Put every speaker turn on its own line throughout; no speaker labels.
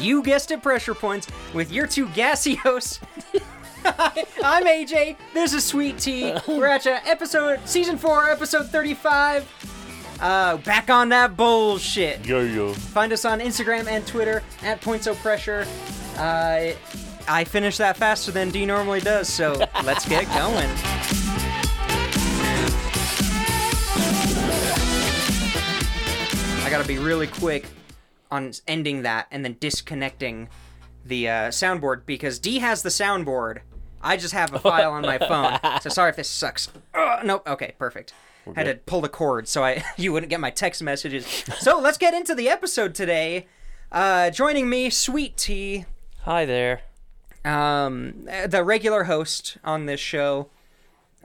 You guessed it, Pressure Points, with your two gassy hosts. I'm AJ. This is Sweet Tea. We're at ya, episode, season four, episode 35. Uh, back on that bullshit.
Yo yo.
Find us on Instagram and Twitter at Points O Pressure. Uh, I finished that faster than D normally does, so let's get going. I gotta be really quick on ending that and then disconnecting the uh, soundboard because D has the soundboard. I just have a file on my phone, so sorry if this sucks. Ugh, nope. Okay, perfect. Had to pull the cord so I you wouldn't get my text messages. so let's get into the episode today. Uh, joining me, Sweet Tea,
Hi there.
um, uh, the regular host on this show.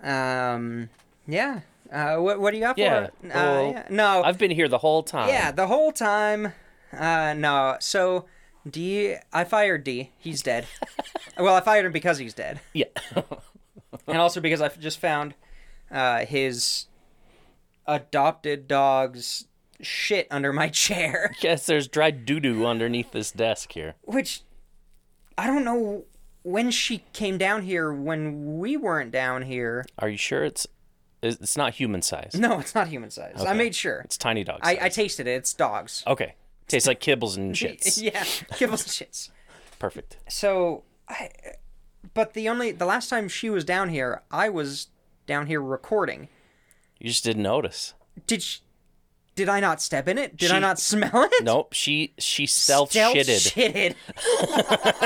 Um, yeah. Uh, what what do you got for?
Yeah,
it?
well,
uh, yeah. No.
I've been here the whole time.
Yeah, the whole time. Uh, no, so D, I fired D. He's dead. well, I fired him because he's dead,
Yeah.
and also because I just found uh, his adopted dog's shit under my chair,
Guess there's dry doo doo underneath this desk here.
which I don't know when she came down here when we weren't down here.
Are you sure it's it's it's not human size?
No, it's not human size. I made sure.
It's tiny dog size. Oh.
I, I tasted it. It's dogs.
okay. Tastes like kibbles and shits.
Yeah, give us shits.
Perfect.
so I, but the only the last time she was down here i was down here recording
You just didn't notice.
did she, did i not step in it did i
She-
not smell it
Nope. She she self
Stealth shitted
shitted.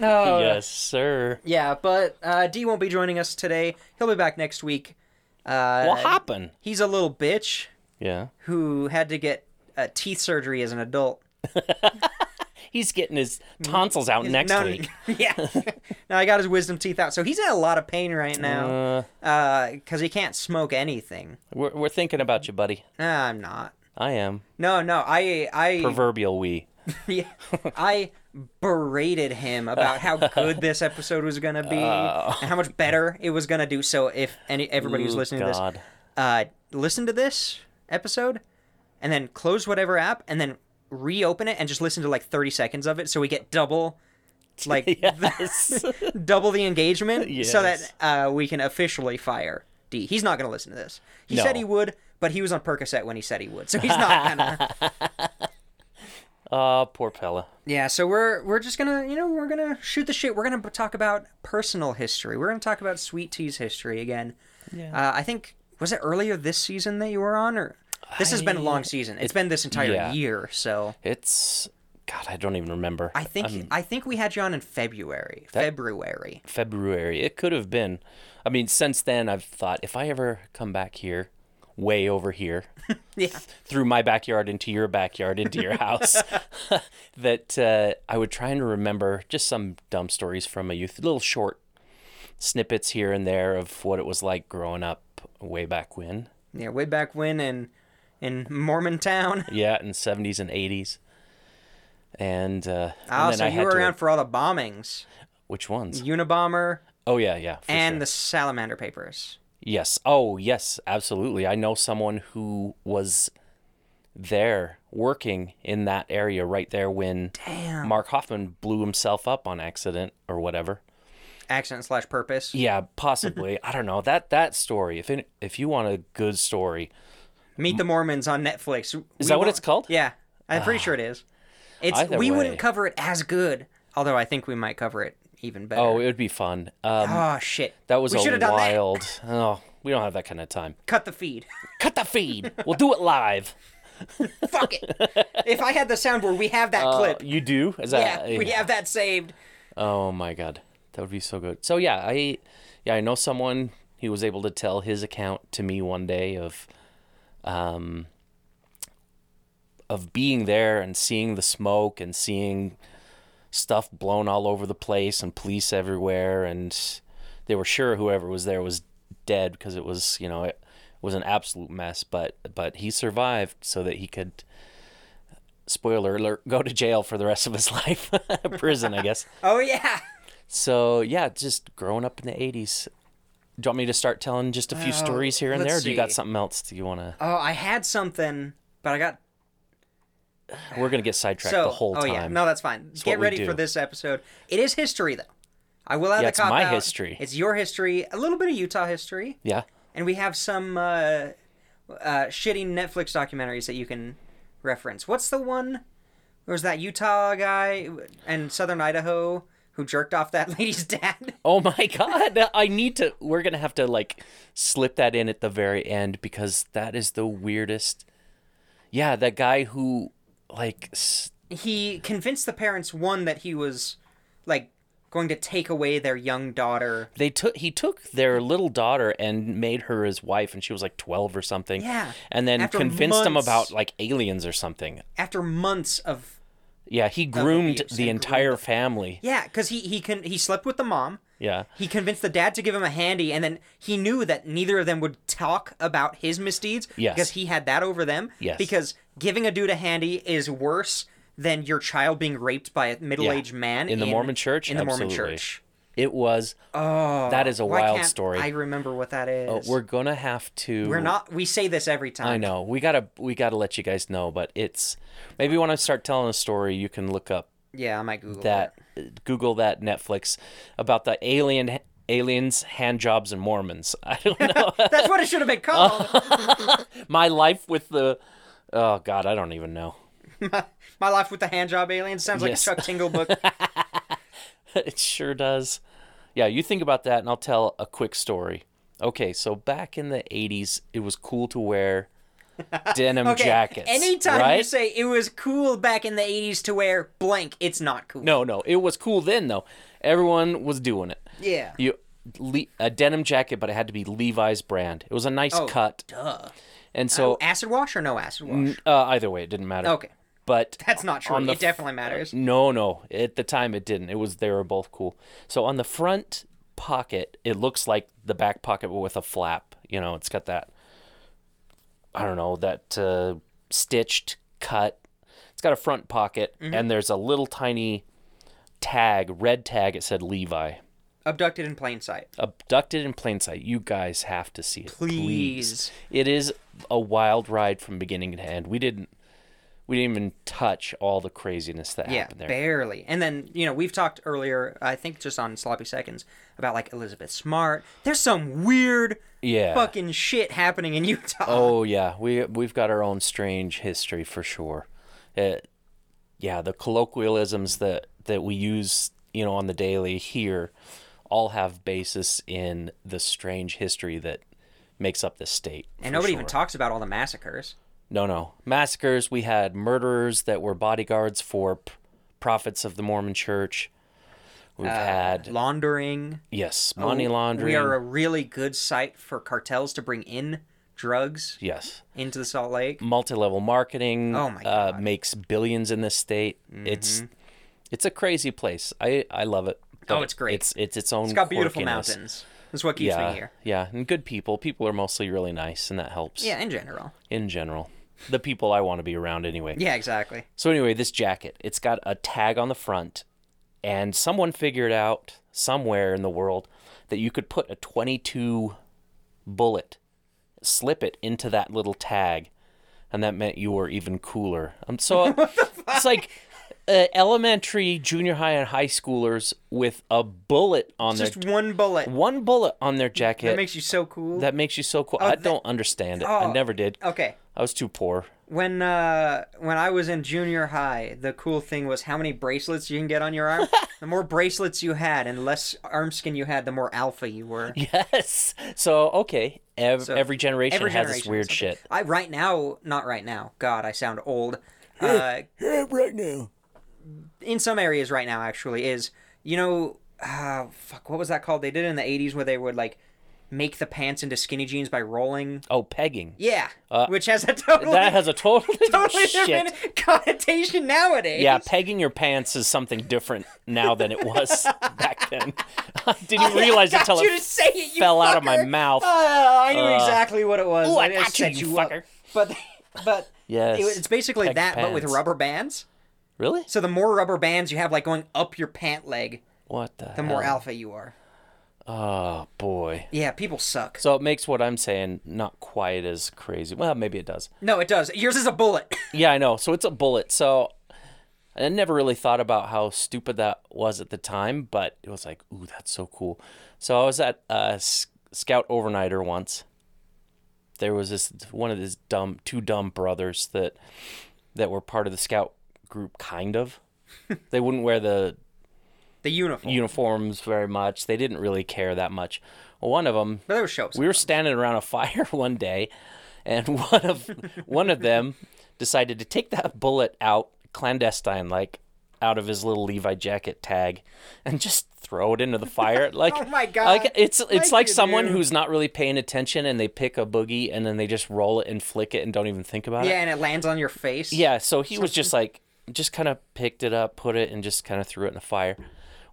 no
yes, sir.
Oh, yeah but uh d won't be joining us today he'll be back next week uh
What happened?
he's a little bitch
Yeah.
who had to get uh, teeth surgery as an adult
He's getting his
Mm-hmm.
tonsils out next
No,
week.
yeah now i got his wisdom teeth out so he's in a lot of pain right now
Uh,
because he can't smoke anything.
we're we're thinking about you, buddy.
Nah, I'm not.
I am.
No, no, I, I,
Proverbial we.
yeah, I berated him about how good this episode was gonna be and how much better it was gonna do. So if any everybody who's
Oh. Ooh,
listening to
God.
this, uh, listen to this episode, and then close whatever app, and then reopen it and just listen to like 30 seconds of it, so we get double, like
Yes.
double the engagement so
Yes.
that uh, we can officially fire D. He's not going to listen to this. He
No.
said he would, but he was on Percocet when he said he would, so he's not gonna.
Ah, poor fella.
yeah, so we're we're just gonna you know we're gonna shoot the shit. We're gonna talk about personal history. We're gonna talk about Sweet Tea's history again.
Yeah.
Uh, I think was it earlier this season that you were on, or this has been a long season. It's been this entire
yeah.
year, so
It's God, I don't even remember.
I think
Um,
I think we had you on in February. February.
February. It could have been. I mean, since then I've thought if I ever come back here, way over here,
Yeah.
through my backyard into your backyard into your house, that uh, I would try and remember just some dumb stories from a youth, little short snippets here and there of what it was like growing up way back when.
Yeah, way back when in in Mormon Town.
Yeah, in seventies and eighties. And, uh,
Oh,
and then
so
I
you
had
were
to-
around for all the bombings,
which ones?
Unabomber
Oh yeah, yeah. for
and
sure.
the Salamander Papers.
Yes. Oh, yes, absolutely. I know someone who was there working in that area right there when
Damn.
Mark Hoffman blew himself up on accident or whatever.
Accident slash purpose.
Yeah, possibly. I don't know. That that story, if it, if you want a good story.
Meet the Mormons on Netflix. Is
that what it's called? Ah.
Yeah, I'm pretty sure it is. It's
Either
we
way.
wouldn't cover it as good, although I think we might cover it even better.
Oh, it would be fun. Um
Oh, shit.
that was
we
a
should have done that.
wild. Oh, we don't have that kind of time.
Cut the feed.
Cut the feed. We'll do it live.
Fuck it. If I had the soundboard, we have
Uh,
that clip.
You do? Is
Yeah,
that
we have that saved.
Oh my god, that would be so good. So yeah, I yeah I know someone who was able to tell his account to me one day of, um, of being there and seeing the smoke and seeing stuff blown all over the place and police everywhere and they were sure whoever was there was dead because it was you know it was an absolute mess but but he survived so that he could spoiler alert go to jail for the rest of his life prison i guess
Oh yeah.
so yeah, just growing up in the '80s. Do you want me to start telling just a few
Well,
stories here and
let's
there? Or do you got
see.
something else? Do you want to?
Oh, I had something, but I got
we're gonna get sidetracked
so,
the whole time.
oh yeah, no, that's fine. Get
what we
ready
do.
for this episode. It is history though. I will add
Yeah,
the
it's
cop
my
out.
history.
It's your history, a little bit of Utah history,
Yeah?
and we have some uh, uh, shitty Netflix documentaries that you can reference. What's the one? There was that Utah guy in Southern Idaho who jerked off that lady's dad.
Oh my god! I need to. We're gonna have to like slip that in at the very end because that is the weirdest. Yeah, that guy who like s-
he convinced the parents one that he was like going to take away their young daughter.
they took he took their little daughter and made her his wife, and she was like twelve or something.
Yeah.
and then
After
convinced them
months.
about like aliens or something.
After months of
Yeah, he groomed
abuse
the
and groomed
entire family.
yeah, because he he can he slept with the mom.
Yeah.
He convinced the dad to give him a handy, and then he knew that neither of them would talk about his misdeeds
Yes.
because he had that over them.
Yes.
Because giving a dude a handy is worse than your child being raped by a middle-aged man
In the Mormon church?
In the Mormon
Absolutely.
church.
It was.
Oh,
That is a
why
wild
can't
story. Oh,
I remember what that is.
We're gonna have to.
We're not. We say this every time.
I know. We gotta. We gotta let you guys know, but it's maybe when I start telling a story, you can look up
Yeah, I might Google
that. Google that Netflix about the alien aliens, hand jobs, and Mormons. I don't know.
it. That's what it should have been called.
Uh-huh. My life with the. Oh God, I don't even know.
My life with the handjob alien sounds like
Yes.
a Chuck Tingle book.
it sure does. Yeah, you think about that, and I'll tell a quick story. Okay, so back in the '80s, it was cool to wear denim
Okay,
jackets.
Anytime
right?
you say it was cool back in the '80s to wear blank, it's not cool.
No, no, it was cool then though. Everyone was doing it.
Yeah.
You le- a denim jacket, but it had to be Levi's brand. It was a nice cut,
Oh, Duh.
and so
Acid wash or no acid wash?
uh, either way, it didn't matter.
Okay.
but
That's not true.
On the
It definitely matters.
No, no. At the time, it didn't. It was they were both cool. So on the front pocket, it looks like the back pocket, but with a flap. You know, it's got that. I don't know that uh, stitched cut. It's got a front pocket,
Mm-hmm.
and there's a little tiny tag, red tag. It said Levi.
Abducted in plain sight.
Abducted in plain sight. You guys have to see it.
Please.
It is a wild ride from beginning to end. We didn't. We didn't even touch all the craziness that
Yeah,
happened there.
barely. And then, you know, we've talked earlier, I think just on Sloppy Seconds, about like Elizabeth Smart. There's some weird
Yeah.
fucking shit happening in Utah.
Oh yeah, we we've got our own strange history for sure. It, yeah, the colloquialisms that that we use, you know, on the daily here, all have basis in the strange history that makes up this state.
and
for
nobody
sure.
even talks about all the massacres.
No, no massacres. We had murderers that were bodyguards for p- prophets of the Mormon Church. We've had
Laundering.
yes, money laundering.
Uh, We are a really good site for cartels to bring in drugs
yes.
into the Salt Lake.
multi-level marketing
Oh my Mm-hmm.
Uh, makes billions in this state. It's it's a crazy place. I I love it. but
Oh, it's great.
It's it's its own.
It's got beautiful
quirkiness.
mountains. That's what keeps me
Yeah,
here.
yeah, and good people. People are mostly really nice, and that helps.
Yeah, in general.
in general, the people I want to be around anyway.
Yeah, exactly.
So anyway, this jacket, it's got a tag on the front, and someone figured out somewhere in the world that you could put a 22 bullet, slip it into that little tag, and that meant you were even cooler. Um, so it's like uh, elementary, junior high, and high schoolers with a bullet on their
Just one bullet.
one bullet on their jacket.
That makes you so cool.
that makes you so cool. I don't understand it. I
oh,
never did.
okay.
I was too poor.
When uh when I was in junior high, the cool thing was how many bracelets you can get on your arm. the more bracelets you had and less arm skin you had, the more alpha you were.
Yes. So okay, Ev- every generation
Every
has this
generation
weird
has
shit.
I right now, not right now. God, I sound old. Uh
right now.
in some areas right now actually is you know uh, fuck what was that called they did it in the 80s where they would like make the pants into skinny jeans by rolling
Oh, pegging.
yeah which has a totally,
Uh, That has a totally, different
totally
shit.
different connotation nowadays
Yeah, pegging your pants is something different now than it was back then. I didn't realize it
got
until
you to
it
say it you
fell out of my
fucker.
mouth.
Oh, I knew exactly what it was.
ooh, I
just
got you,
set
you
up.
fucker.
But, but
Yes.
it- it's basically
Pegged
that, but with
pants.
rubber bands.
Really?
So the more rubber bands you have, like going up your pant leg,
What the?
the more alpha you are.
Oh boy.
Yeah, people suck.
So it makes what I'm saying not quite as crazy. Well, maybe it does.
No, it does. Yours is a bullet.
Yeah, I know. So it's a bullet. So I never really thought about how stupid that was at the time, but it was like, ooh, that's so cool. So I was at a s- scout overnighter once. There was this one of these dumb, two dumb brothers that that were part of the scout group, kind of. they wouldn't wear the
the uniform.
uniforms very much. They didn't really care that much. Well, one of them,
but there was shows.
we were standing around a fire one day, and one of one of them decided to take that bullet out clandestine, like out of his little Levi jacket tag, and just throw it into the fire. Like,
Oh my God.
Like it's it's
Like
like
you
someone
do.
who's not really paying attention, and they pick a boogie, and then they just roll it and flick it, and don't even think about it.
yeah, and it lands on your face.
Yeah, so he was just like, just kind of picked it up, put it, and just kind of threw it in the fire.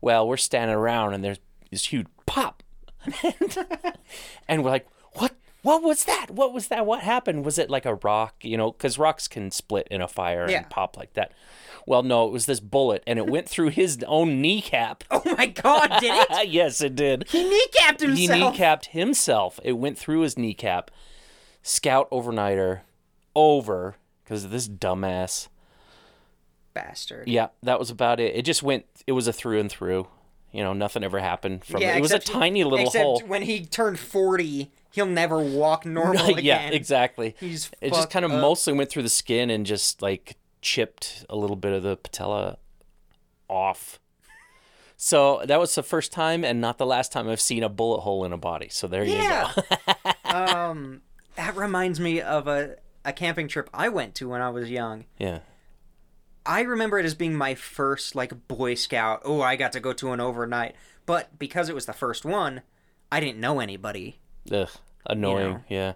Well, we're standing around, and there's this huge pop, and we're like, what? What was that? What was that? What happened? Was it like a rock? You know, because rocks can split in a fire
Yeah.
and pop like that. Well, no, it was this bullet, and it went through his own kneecap.
Oh my god, did it?
yes, it did.
He kneecapped
He
himself.
kneecapped himself. It went through his kneecap. Scout overnighter over because of this dumbass.
Bastard.
Yeah, that was about it. It just went. It was a through and through. You know, nothing ever happened from
Yeah,
it. It was a
except he-
tiny little
except
hole.
when he turned 40, he'll never walk normal again.
yeah, exactly.
He's
it just
fucked
kind of
up.
mostly went through the skin and just like chipped a little bit of the patella off. So that was the first time and not the last time I've seen a bullet hole in a body. So there
Yeah.
you go.
um, that reminds me of a, a camping trip I went to when I was young.
yeah.
I remember it as being my first like Boy Scout. Oh, I got to go to an overnight, but because it was the first one, I didn't know anybody,
Ugh, annoying. Yeah.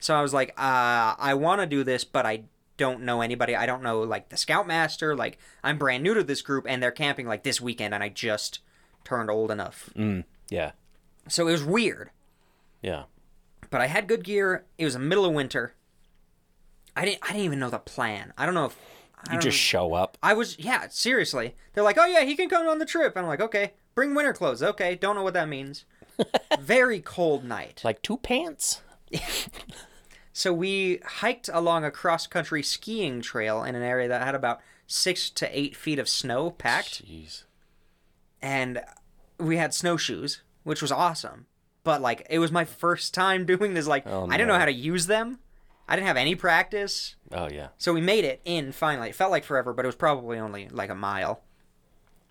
so I was like, uh, I want to do this, but I don't know anybody. I don't know like the scoutmaster. Like I'm brand new to this group, and they're camping like this weekend, and I just turned old enough,
Yeah.
so it was weird.
Yeah.
But I had good gear. It was the middle of winter. I didn't. I didn't even know the plan. I don't know if I
You
don't
just show up.
I was, yeah, seriously. They're like, oh yeah, he can come on the trip. I'm like, okay, bring winter clothes. Okay, don't know what that means. Very cold night.
Like two pants.
So we hiked along a cross country skiing trail in an area that had about six to eight feet of snow packed,
Jeez.
and we had snowshoes, which was awesome. But like, it was my first time doing this. Like,
Oh,
I didn't know
no.
how to use them. I didn't have any practice.
Oh yeah.
So we made it in finally. It felt like forever, but it was probably only like a mile.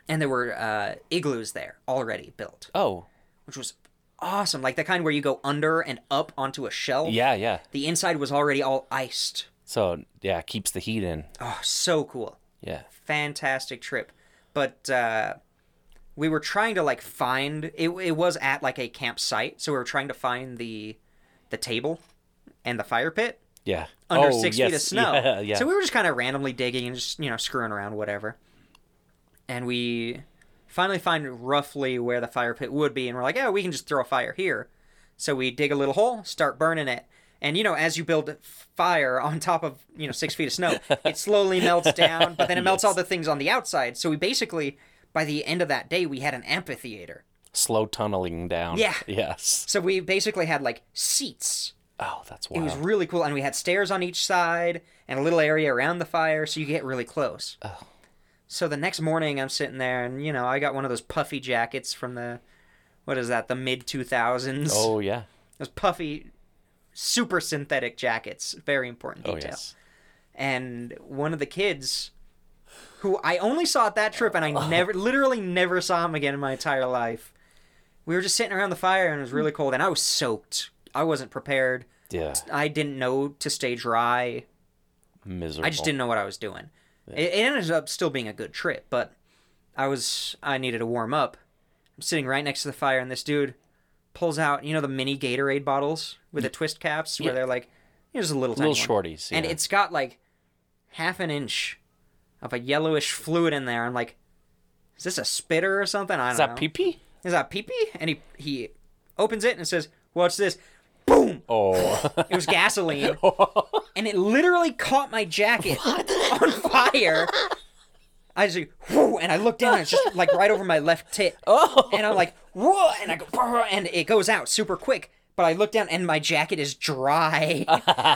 And there were uh, igloos there already built,
Oh.
which was awesome. Like the kind where you go under and up onto a shelf.
Yeah. Yeah.
The inside was already all iced.
So yeah, keeps the heat in.
Oh, so cool.
Yeah.
Fantastic trip. But uh, we were trying to like find it, it was at like a campsite. So we were trying to find the the table and the fire pit.
Yeah.
under
six
six feet of snow.
Oh, Yeah, yeah.
So we were just kind of randomly digging and just, you know, screwing around, whatever. And we finally find roughly where the fire pit would be, and we're like, oh, we can just throw a fire here. So we dig a little hole, start burning it. And, you know, as you build fire on top of, you know, six feet of snow, it slowly melts down, but then it melts all the things on the outside. So we basically, by the end of that day, we had an amphitheater.
Slow tunneling down.
Yeah.
Yes.
So we basically had like seats
Oh, that's
it
wild.
was really cool, and we had stairs on each side and a little area around the fire, so you get really close.
Oh.
So the next morning, I'm sitting there, and you know, I got one of those puffy jackets from the, what is that, the mid 2000s?
oh yeah.
Those puffy, super synthetic jackets. Very important
Oh
detail.
yes.
And one of the kids, who I only saw at that trip, and
Oh.
I never, literally never saw him again in my entire life. We were just sitting around the fire, and it was really cold, and I was soaked. I wasn't prepared.
Yeah.
I didn't know to stay dry.
Miserable.
I just didn't know what I was doing. It, it ended up still being a good trip, but I was I needed to warm up. I'm sitting right next to the fire, and this dude pulls out you know the mini Gatorade bottles with the twist caps where they're like here's a little tiny
Little
one.
shorties.
and
yeah.
it's got like half an inch of a yellowish fluid in there. I'm like, is this a spitter or something? I don't
is
know.
that pee pee?
is that pee pee? And he he opens it and says, "What's this?" Boom!
Oh.
It was gasoline. and it literally caught my jacket on fire. I just like, whoo, and I look down, and it's just like right over my left tit. Oh. And I'm like, whoa, and I go, "Brr," and it goes out super quick. But I look down, and my jacket is dry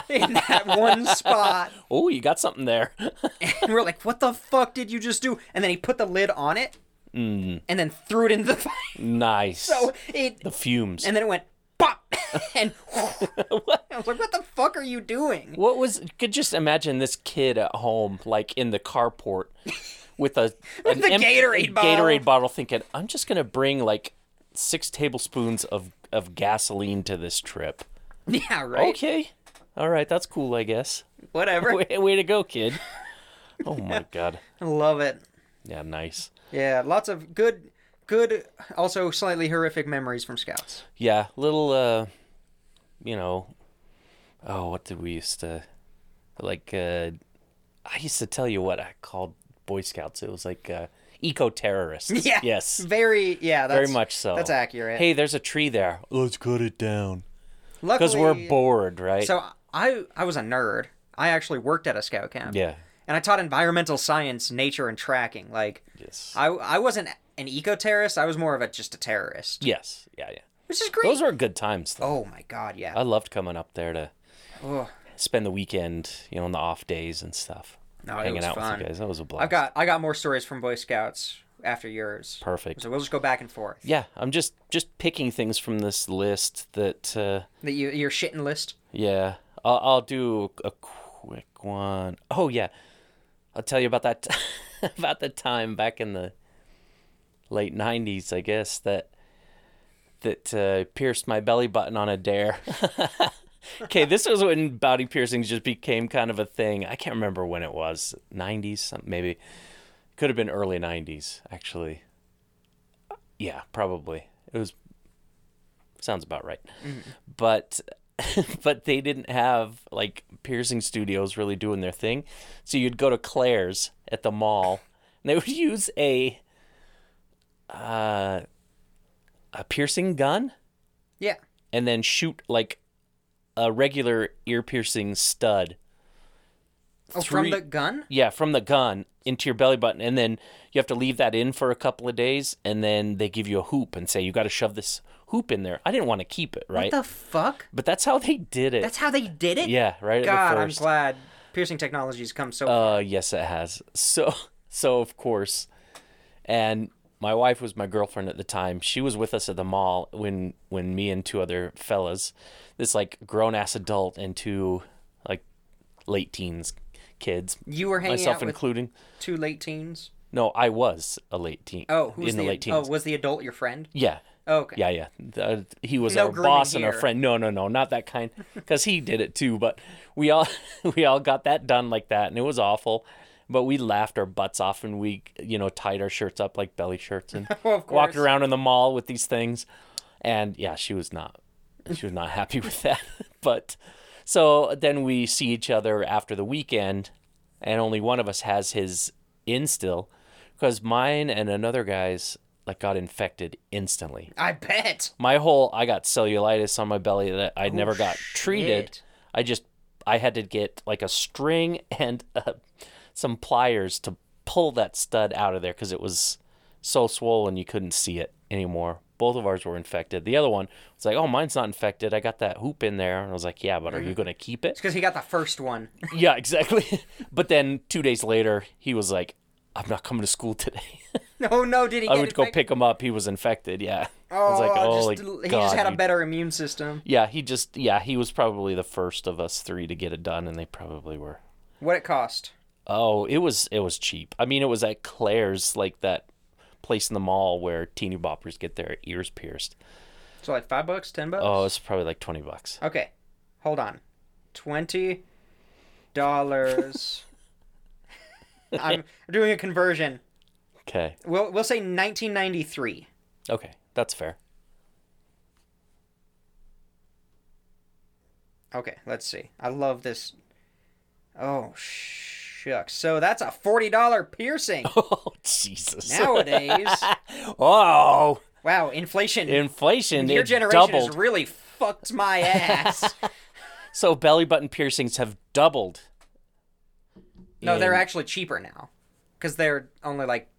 in that one spot.
Oh, you got something there.
And we're like, what the fuck did you just do? And then he put the lid on it, and then threw it into the fire.
nice.
So it,
the fumes.
and then it went, pop, and I was like, what the fuck are you doing?
What was could just imagine this kid at home, like in the carport, with a an
the Gatorade bottle.
Gatorade bottle, thinking, "I'm just gonna bring like six tablespoons of of gasoline to this trip."
Yeah, right.
Okay, all right, that's cool, I guess.
Whatever.
Way, way to go, kid. Oh my god,
I love it.
yeah, nice.
Yeah, lots of good, good, also slightly horrific memories from Scouts.
Yeah, little, uh, you know, oh, what did we used to, like, uh, I used to tell you what I called Boy Scouts. It was like uh, eco terrorists.
Yeah.
Yes.
Very. Yeah. That's,
Very much so.
That's accurate.
Hey, there's a tree there. Let's cut it down.
Luckily,
Because we're bored, right?
So I, I was a nerd. I actually worked at a scout camp.
yeah.
And I taught environmental science, nature, and tracking. Like,
Yes.
I, I wasn't an eco terrorist. I was more of a just a terrorist,
yes. Yeah, yeah.
which is great.
Those were good times, though.
oh my god, yeah.
I loved coming up there to
Ugh.
spend the weekend, you know, on the off days and stuff.
No, it
hanging
was
out
fun.
with you guys. That was a blast.
I've got I got more stories from Boy Scouts after yours.
Perfect.
So we'll just go back and forth.
Yeah, I'm just just picking things from this list that uh,
That you your shitting list.
Yeah, I'll, I'll do a quick one. Oh yeah, I'll tell you about that about the time back in the late '90s, I guess that that uh, pierced my belly button on a dare. okay, this was when body piercings just became kind of a thing. I can't remember when it was '90s, some- maybe could have been early '90s actually. Yeah, probably it was. Sounds about right but but they didn't have like piercing studios really doing their thing so you'd go to claire's at the mall and they would use a uh, a piercing gun
Yeah.
and then shoot like a regular ear piercing stud
Oh,
Three-
from the gun.
yeah from the gun into your belly button and then you have to leave that in for a couple of days and then they give you a hoop and say you got to shove this hoop in there i didn't want to keep it right
What the fuck?
but that's how they did it
That's how they did it.
Yeah, right at
God,
the
I'm
first.
glad piercing technology's come so.
uh yes it has. So so of course. And my wife was my girlfriend at the time. She was with us at the mall when when me and two other fellas, this like grown ass adult and two like late teens kids,
you were hanging
myself
out with
including.
two late teens.
No, I was a late teen.
Oh, who's
in the, late teens.
Oh, was the adult your friend?
Yeah.
Oh, okay.
Yeah, yeah. The- he was
No
our
grooming
boss and our
here.
friend. No, no, no, not that kind. Because he did it too. But we all we all got that done like that, and it was awful. But we laughed our butts off, and we you know tied our shirts up like belly shirts, and
Well, of
walked
course.
around in the mall with these things. And yeah, she was not she was not happy with that. but so then we see each other after the weekend, and only one of us has his in still, because mine and another guy's like got infected instantly
I bet.
my whole I got cellulitis on my belly that I never got treated.
Oh, shit.
I just I had to get like a string and uh, some pliers to pull that stud out of there because it was so swollen you couldn't see it anymore. Both of ours were infected. The other one was like, "Oh, mine's not infected. I got that hoop in there." And I was like, "Yeah, but are
Mm-hmm.
you gonna keep it?"
Because he got the first one.
yeah, exactly. but then two days later, he was like, "I'm not coming to school today."
No, no, did he?
I
get
would go
infected?
pick him up. He was infected. Yeah. I
Oh,
was like, "Holy
just, he just had
God,
a better immune system.
yeah, he just yeah, he was probably the first of us three to get it done and they probably were.
What it cost?
Oh, it was it was cheap. I mean, it was at Claire's like that place in the mall where teeny boppers get their ears pierced.
So like five bucks, ten bucks.
Oh, it's probably like 20 bucks.
Okay, hold on. Twenty dollars. I'm doing a conversion.
Okay.
We'll we'll say 1993.
Okay. That's fair.
Okay, let's see. I love this. Oh shucks. So that's a forty dollar piercing
Oh, Jesus.
nowadays.
Oh,
wow, inflation.
inflation
Your
it
generation
doubled.
has really fucked my ass.
So belly button piercings have doubled.
no, they're
in-
actually cheaper now. because they're only like,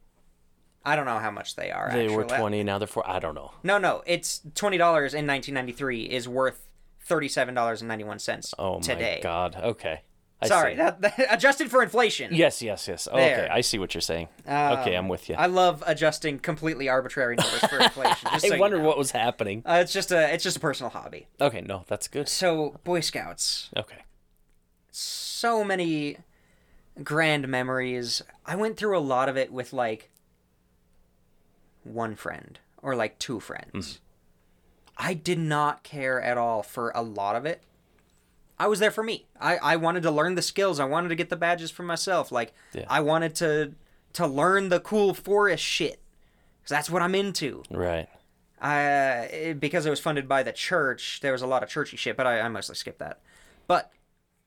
I don't know how much they are.
They were
actually.
twenty. Now they're four. I don't know.
No, no, it's twenty dollars in 1993 is worth thirty-seven dollars and ninety-one cents
Oh
today.
my god. Okay. I
Sorry,
see.
that, that- adjusted for inflation.
Yes. Yes. Yes. Oh,
There. Um,
okay. I see what you're saying. okay, I'm with you.
I love adjusting completely arbitrary numbers for inflation. Just
I
so you
wondered
know.
what was happening.
Uh, it's just a it's just a personal hobby.
Okay. No, that's good.
So Boy Scouts,
Okay.
so many grand memories. I went through a lot of it with like one friend or like two friends.
Mm.
I did not care at all for a lot of it. I was there for me. I, I wanted to learn the skills. I wanted to get the badges for myself. Like
Yeah.
I wanted to to learn the cool forest shit. Cause that's what I'm into.
Right.
I it- because it was funded by the church. There was a lot of churchy shit, but I, I mostly skipped that. But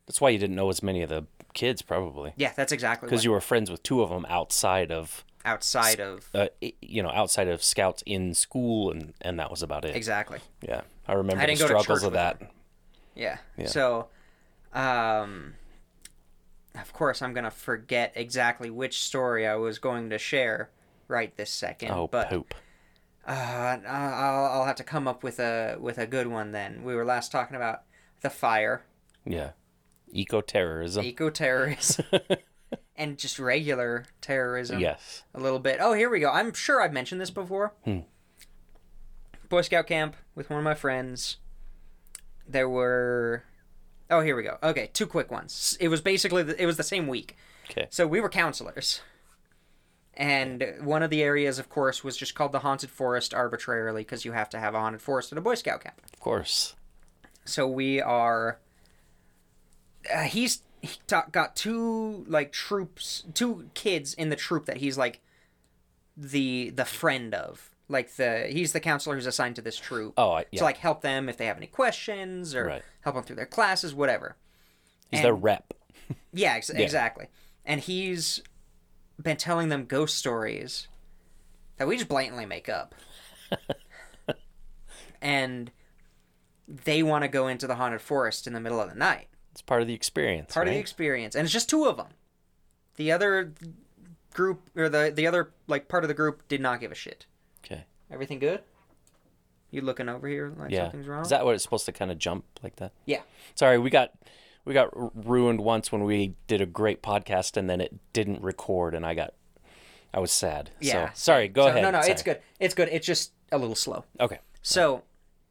That's why you didn't know as many of the kids probably
yeah, that's exactly
because
what
you were friends with two of them outside of
outside of
uh, i- you know outside of scouts in school and and that was about it.
exactly.
Yeah. I remember
I
the
didn't go to
struggles
church with
of that.
Yeah. So, um, of course, I'm gonna forget exactly which story I was going to share right this second.
Oh
but
poop.
Uh, I'll, I'll have to come up with a with a good one. Then we were last talking about the fire,
Yeah. Eco terrorism.
eco terrorism, and just regular terrorism.
yes.
a little bit. Oh, here we go. I'm sure I've mentioned this before. Boy Scout camp with one of my friends. There were. Oh, here we go. Okay, two quick ones. It was basically the, it was the same week.
Okay.
So we were counselors, and one of the areas, of course, was just called the haunted forest arbitrarily because you have to have a haunted forest at a Boy Scout camp.
Of course.
So we are. Uh, he's he ta- got two like troops, two kids in the troop that he's like the the friend of. Like the he's the counselor who's assigned to this troop.
Oh, I, yeah.
To like help them if they have any questions or
Right.
help them through their classes, whatever.
He's their rep.
Yeah, ex- exactly. And he's been telling them ghost stories that we just blatantly make up. and they want to go into the haunted forest in the middle of the night.
It's part of the experience.
Part of the
right?
experience. And it's just two of them. The other group or the the other like part of the group did not give a shit.
Okay.
Everything good? You looking over here like
Yeah.
something's wrong?
Is that what it's supposed to kind of jump like that?
yeah.
Sorry, we got we got r- ruined once when we did a great podcast and then it didn't record and I got I was sad.
Yeah.
So, sorry, go
So,
ahead.
No, no, it's
Sorry.
good. It's good. It's just a little slow.
Okay.
So,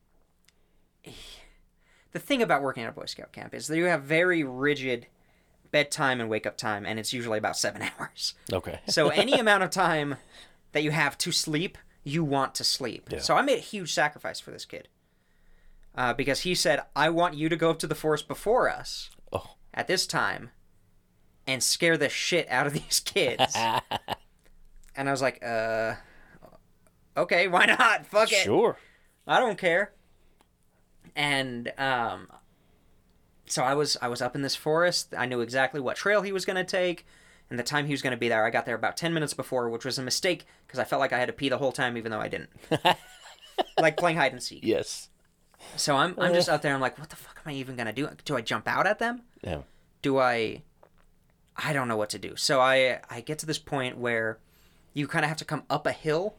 the thing about working at a Boy Scout camp is that you have very rigid bedtime and wake up time, and it's usually about seven hours.
Okay.
So, any amount of time that you have to sleep, you want to sleep. So, I made a huge sacrifice for this kid uh, because he said, I want you to go up to the forest before us
Oh.
at this time and scare the shit out of these kids. and I was like, uh, okay, why not? Fuck it.
Sure.
I don't care. And um, so I was I was up in this forest. I knew exactly what trail he was going to take, and the time he was going to be there. I got there about ten minutes before, which was a mistake because I felt like I had to pee the whole time, even though I didn't. like playing hide and seek.
Yes.
So I'm I'm just out there. I'm like, what the fuck am I even going to do? Do I jump out at them?
Yeah.
do I I don't know what to do. So I I get to this point where you kind of have to come up a hill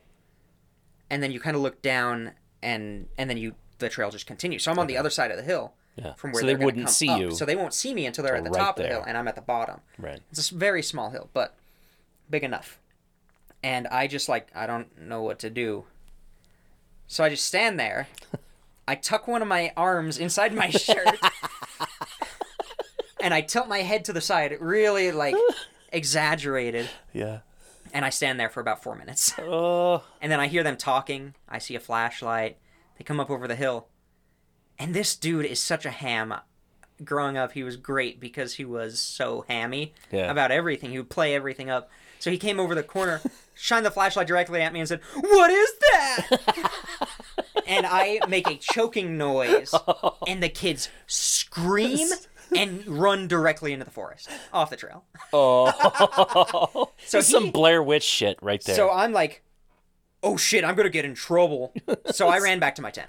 and then you kind of look down and and then you the trail just continues. So I'm on the other side of the hill
Yeah.
from where
So they
they're gonna
wouldn't
come
see
up.
you.
So they won't see me until they're at the
Until right
top of the
there.
hill and I'm at the bottom.
Right.
It's a s- very small hill, but big enough. And I just like I don't know what to do. So I just stand there. I tuck one of my arms inside my shirt. and I tilt my head to the side, really like exaggerated,
Yeah.
and I stand there for about 4 minutes.
Oh.
And then I hear them talking. I see a flashlight. They come up over the hill. And this dude is such a ham. Growing up, he was great because he was so hammy
Yeah.
about everything. He would play everything up. So he came over the corner, shined the flashlight directly at me, and said, What is that? and I make a choking noise, and the kids scream and run directly into the forest off the trail.
Oh.
So
That's some
he-
Blair Witch shit right there.
So I'm like, Oh shit, I'm going to get in trouble. So I ran back to my tent.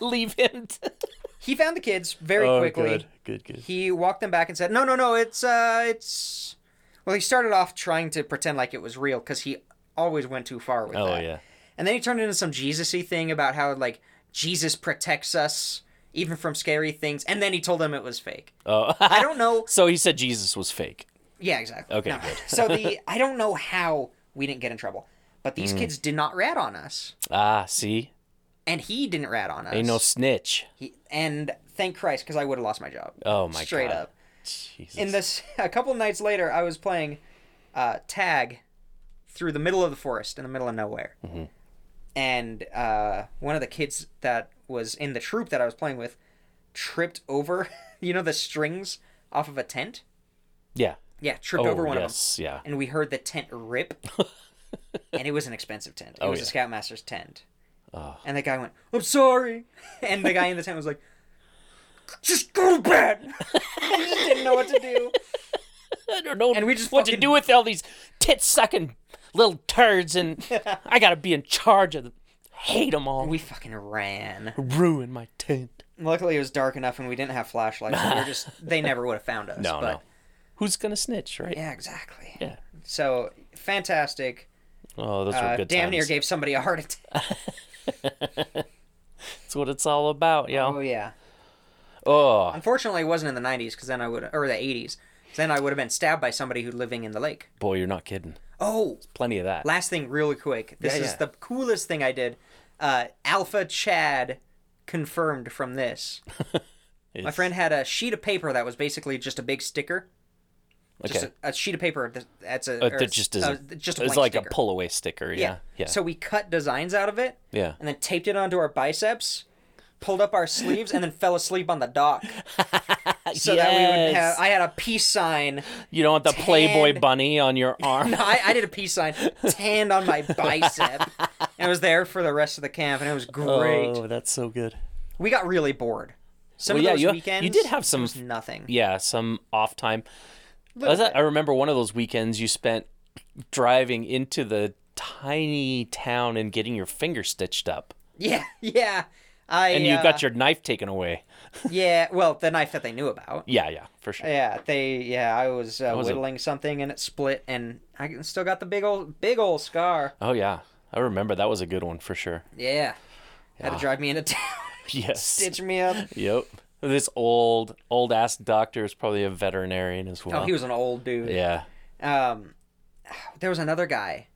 leave him. to-
He found the kids very quickly.
Oh, Good. Good. Good.
He walked them back and said, "No, no, no, it's uh it's Well, he started off trying to pretend like it was real because he always went too far with
Oh
that.
yeah.
And then he turned into some Jesusy thing about how like Jesus protects us even from scary things. And then he told them it was fake.
Oh.
I don't know.
so he said Jesus was fake.
Yeah, exactly.
Okay,
No.
good.
so the I don't know how we didn't get in trouble, but
Mm.
these kids did not rat on us,
Ah, see,
and he didn't rat on us.
ain't no snitch.
He, and thank Christ, because I would have lost my job.
Oh my
Straight
god.
up.
Jesus.
in this a couple nights later i was playing uh, tag through the middle of the forest in the middle of nowhere
Mm-hmm.
and uh, one of the kids that was in the troop that i was playing with tripped over you know the strings off of a tent
yeah.
yeah tripped
oh,
over one of them
yes. Yeah.
and we heard the tent rip and it was an expensive tent it was a
Oh, yeah.
scoutmaster's tent and the guy went i'm sorry and the guy in the tent was like just go to bed i just didn't know what to do
I don't know
And we just
what to
fucking-
do with all these tit sucking little turds, and I gotta be in charge of them. Hate them all.
We fucking ran.
ruin my tent.
Luckily, it was dark enough, and we didn't have flashlights. So we were just they never would have found us.
No,
but,
no. Who's gonna snitch, right?
Yeah, exactly.
Yeah.
So fantastic.
Oh, those
Uh,
were good
damn near
times.
gave somebody a heart attack.
That's what it's all about,
Oh
y'all.
yeah.
Oh,
Unfortunately, it wasn't in the '90s because then I would, or the '80s. 'cause Then I would have been stabbed by somebody who's living in the lake.
boy, you're not kidding.
Oh,
Plenty of that.
last thing, really quick. This
Yeah,
is
yeah.
the coolest thing I did. Uh, Alpha Chad confirmed from this. My
It's-
friend had a sheet of paper that was basically just a big sticker.
Okay.
Just a, a sheet of paper that- that's a.
Uh,
or
that just is.
a-
a-
Oh, just a
it's
blank
like
sticker.
a pull away sticker. Yeah. Yeah.
So we cut designs out of it
yeah.
and then taped it onto our biceps, pulled up our sleeves, and then fell asleep on the dock. So that we would have.
Yes.
I had a peace sign.
you don't want the
Tan.
Playboy bunny on your arm.
I, I did a peace sign tanned on my bicep. and it was there for the rest of the camp, and it was great.
Oh, that's so good.
We got really bored. Some
Well,
of
yeah,
those
you- you
weekends.
did have
it
some-
was nothing.
Yeah, some off time.
Little
Was that- I remember one of those weekends you spent driving into the tiny town and getting your finger stitched up,
Yeah, yeah. I uh,
and you got your knife taken away.
yeah. Well, the knife that they knew about.
Yeah, yeah, for sure.
Yeah, they. Yeah, I was, uh,
was a-
whittling something and it split, and I still got the big old, big old scar.
Oh yeah, I remember that was a good one for sure.
Yeah, had
Ah.
to drive me into town,
Yes.
stitch me up.
Yep. This old old ass doctor is probably a veterinarian as well.
Oh, he was an old dude.
Yeah.
Um, there was another guy,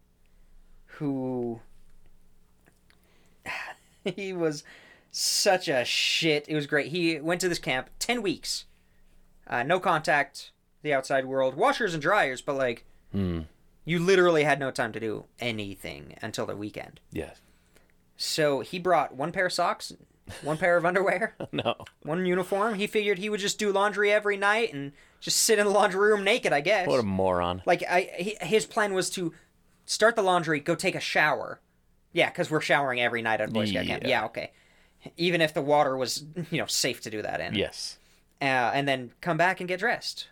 who, he was such a shit. It was great. He went to this camp ten weeks, uh, no contact the outside world, washers and dryers, but like,
Hmm.
you literally had no time to do anything until the weekend.
Yeah.
So he brought one pair of socks, one pair of underwear,
No.
one uniform. He figured he would just do laundry every night and just sit in the laundry room naked, I guess.
What a moron.
Like I he, his plan was to start the laundry, go take a shower. Yeah, cuz we're showering every night at Boy Scout camp.
Yeah.
Yeah, okay. Even if the water was, you know, safe to do that in.
Yes.
Uh, and then come back and get dressed.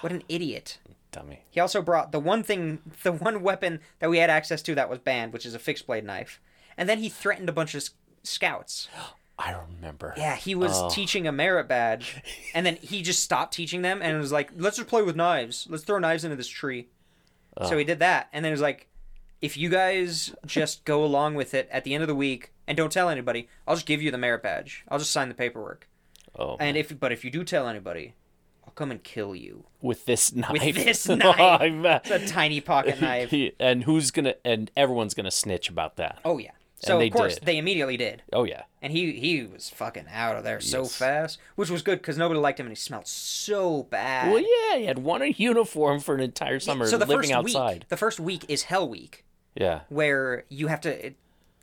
What an idiot.
Dummy.
He also brought the one thing, the one weapon that we had access to that was banned, which is a fixed blade knife. And then he threatened a bunch of s- scouts.
I remember.
Yeah, he was
Oh.
teaching a merit badge, and then he just stopped teaching them and was like, "Let's just play with knives. Let's throw knives into this tree." So he did that, and then he was like, "If you guys just go along with it at the end of the week and don't tell anybody, I'll just give you the merit badge. I'll just sign the paperwork.
Oh.
And if but if you do tell anybody, I'll come and kill you."
with this knife.
this
Oh,
knife.
I bet.
The tiny pocket knife.
and who's gonna and everyone's gonna snitch about that.
Oh yeah. So
they
of course
did.
they immediately did,
Oh yeah.
and he he was fucking out of there so fast, which was good because nobody liked him and he smelled so bad.
Well yeah, he had one in uniform for an entire summer
so the
living
first
outside.
week, the first week is Hell Week,
Yeah.
where you have to. It,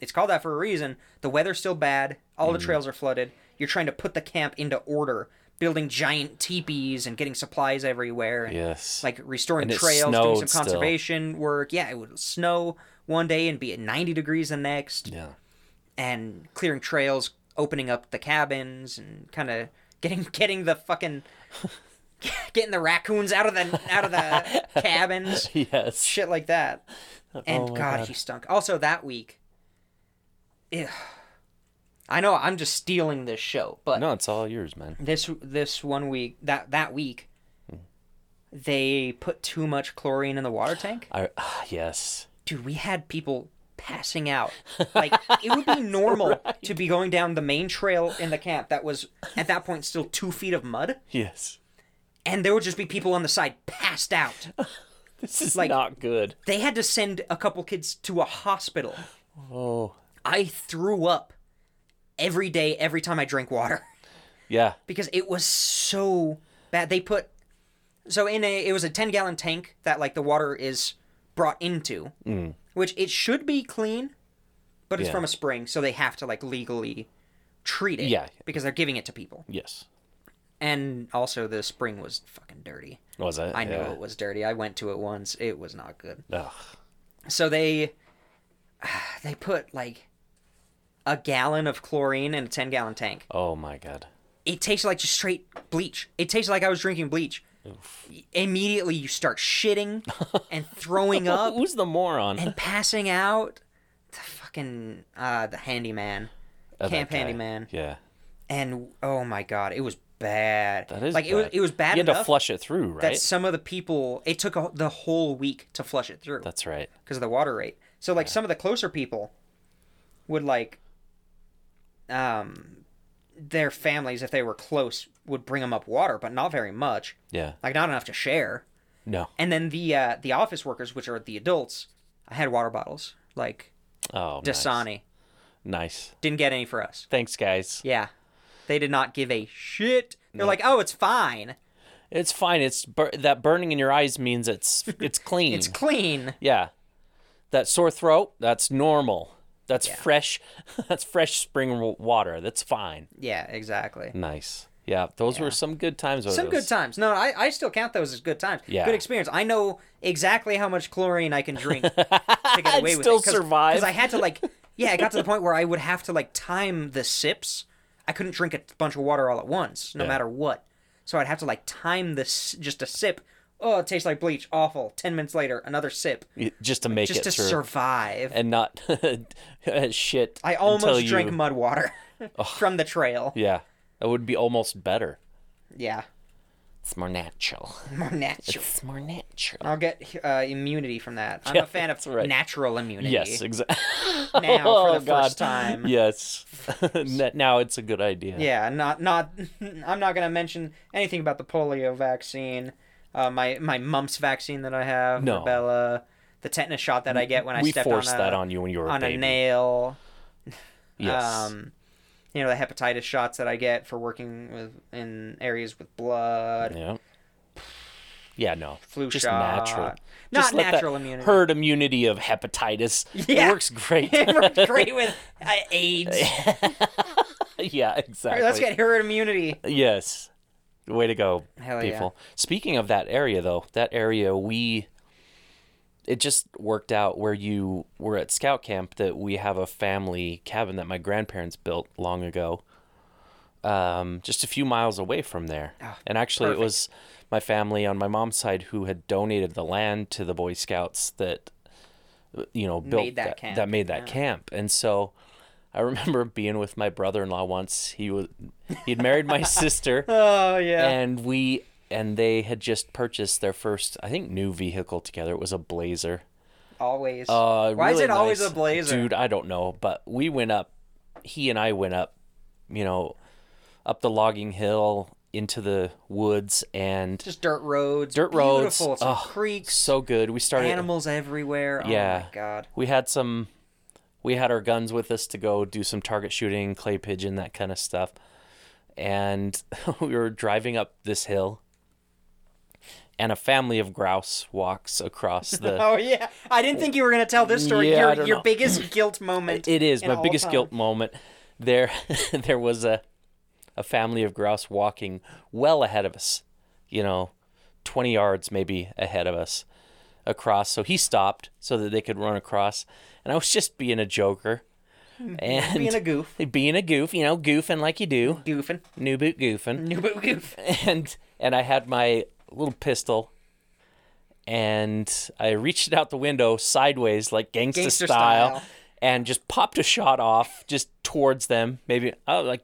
it's called that for a reason. The weather's still bad. All
Hmm.
the trails are flooded. You're trying to put the camp into order, building giant teepees and getting supplies everywhere. And,
Yes.
Like restoring
And it
trails, doing some
snowed still.
conservation work. Yeah, it would snow one day and be at 90 degrees the next,
yeah.
and clearing trails, opening up the cabins, and kind of getting getting the fucking getting the raccoons out of the out of the cabins
Yes.
shit like that. And
my
God, he stunk. Also, that week, Ugh. I know I'm just stealing this show, but
No, it's all yours, man.
this this one week that that week, they put too much chlorine in the water tank.
I, ah, yes.
Dude, we had people passing out. Like it would be normal to be going down the main trail in the camp that was at that point still two feet of mud,
Yes.
and there would just be people on the side passed out.
This is
Like-
not good.
They had to send a couple kids to a hospital.
Oh.
I threw up every day, every time I drank water.
Yeah.
because it was so bad. They put so in a it was a ten gallon tank that like the water is brought into, which it should be clean, but it's
Mm. Yeah.
from a spring, so they have to like legally treat it.
Yeah.
because they're giving it to people,
Yes.
and also the spring was fucking dirty.
Was it?
I knew
Yeah.
it was dirty. I went to it once. It was not good.
Ugh.
So they they put like a gallon of chlorine in a ten gallon tank.
Oh my god.
it tastes like just straight bleach. It tastes like I was drinking bleach. Immediately, you start shitting and throwing up
Who's the moron?
and passing out. The fucking uh, the handyman,
Oh, that
camp
guy.
handyman,
Yeah.
and oh my god, it was bad.
That is
like it was. It was bad
You had
enough
to flush it through, right?
that some of the people. It took a, the whole week to flush it through
That's right.
because of the water rate. So like some of the closer people would like um their families if they were close would bring them up water, but not very much.
Yeah.
Like not enough to share.
No.
And then the uh the office workers, which are the adults, I had water bottles like
Oh. nice.
Dasani.
Nice.
Didn't get any for us.
Thanks, guys.
Yeah. They did not give a shit. They're like, "Oh, it's fine.
It's fine. It's bur- that burning in your eyes means it's it's clean.
It's clean."
yeah. That sore throat. That's normal. That's fresh. that's fresh spring w- water. That's fine.
Yeah, exactly.
Nice. Yeah. Those were some good times. with
Some
us.
good times. No, I, I still count those as good times.
Yeah.
Good experience. I know exactly how much chlorine I can drink to get away with
still
it. 'Cause-
survive.
Because I had to like, yeah, I got to the point where I would have to like time the sips. I couldn't drink a bunch of water all at once, no matter what. So I'd have to like time this just a sip. Oh, it tastes like bleach. Awful. Ten minutes later, another sip,
Y- Just to make
just
it
to
through
survive.
and not shit.
I
until
almost
you-
drank mud water from the trail.
Yeah. That would be almost better.
Yeah,
It's more natural.
more natural.
It's more natural.
I'll get uh, immunity from that. I'm a fan of
that's right.
natural immunity.
Yes, exactly.
now for
oh
the
God.
first time. Yeah.
Yes. N- now it's a good idea.
not not. I'm not gonna mention anything about the polio vaccine, uh, my my mumps vaccine that I have,
No.
rubella, the tetanus shot that I get when I
we
stepped
forced
on a,
that on you when you were
on
a baby.
a nail.
Yes.
Um, you know the hepatitis shots that I get for working with in areas with blood,
yeah. Yeah. No.
flu
Just
shot,
natural.
not
Just let that
natural immunity.
Herd immunity of hepatitis.
Yeah.
It works great.
it worked great with uh, AIDS.
yeah. Exactly.
Let's get herd immunity.
Yes. Way to go,
Hell yeah.
people. Speaking of that area though, that area we it just worked out where you were at scout camp that we have a family cabin that my grandparents built long ago. Um, just a few miles away from there.
Ah,
and actually it was my family on my mom's side who had donated the land to the Boy Scouts that you know built
Made that camp,
that made that camp. And so I remember being with my brother-in-law once. He was he'd married my sister
Oh yeah.
and we and they had just purchased their first I think new vehicle together. It was a Blazer.
Always.
Uh,
Why is
really
it always
nice.
a blazer?
Dude, I don't know, but we went up he and I went up, you know, up the logging hill into the woods and
Just dirt roads.
dirt roads.
Beautiful. Some
Ugh,
creeks.
so good. We started
Animals everywhere.
Yeah.
Oh my god.
we had some we had our guns with us to go do some target shooting clay pigeon that kind of stuff and we were driving up this hill and a family of grouse walks across the
Oh yeah. I didn't think you were gonna tell this story.
Yeah, I
your
don't
your
know.
biggest guilt moment.
it is
in
my
all
biggest
time.
guilt moment there there was a a family of grouse walking well ahead of us you know 20 yards maybe ahead of us across so he stopped so that they could run across and i was just being a joker and
Being a goof.
being a goof, you know, goofing like you do,
Goofing.
new boot goofing,
New boot goof.
and and I had my little pistol, and I reached it out the window sideways, like gangsta,
Gangster
style,
style.
and just popped a shot off just towards them. Maybe oh, I was like,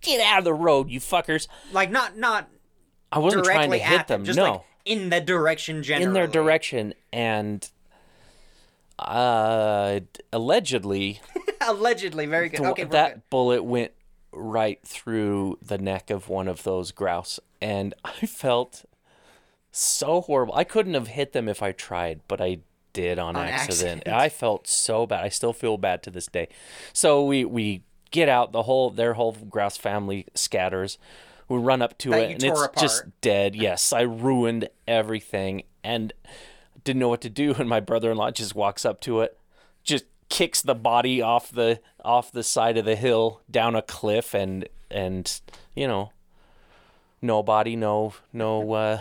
"Get out of the road, you fuckers!"
Like not not
I wasn't
directly
trying to
at
hit them.
Just
no,
like in the direction generally.
in their direction and uh allegedly
Allegedly, very good.
the-
Okay, we're
that
good.
bullet went right through the neck of one of those grouse and I felt so horrible. I couldn't have hit them if I tried, but I did on, accident.
accident.
I felt so bad. I still feel bad to this day. So we we get out the whole their whole grouse family scatters. We run up to
That
it
you
and
tore
it's just
apart.
dead. Yes, I ruined everything and didn't know what to do and my brother-in-law just walks up to it just kicks the body off the off the side of the hill down a cliff and and you know no body no no uh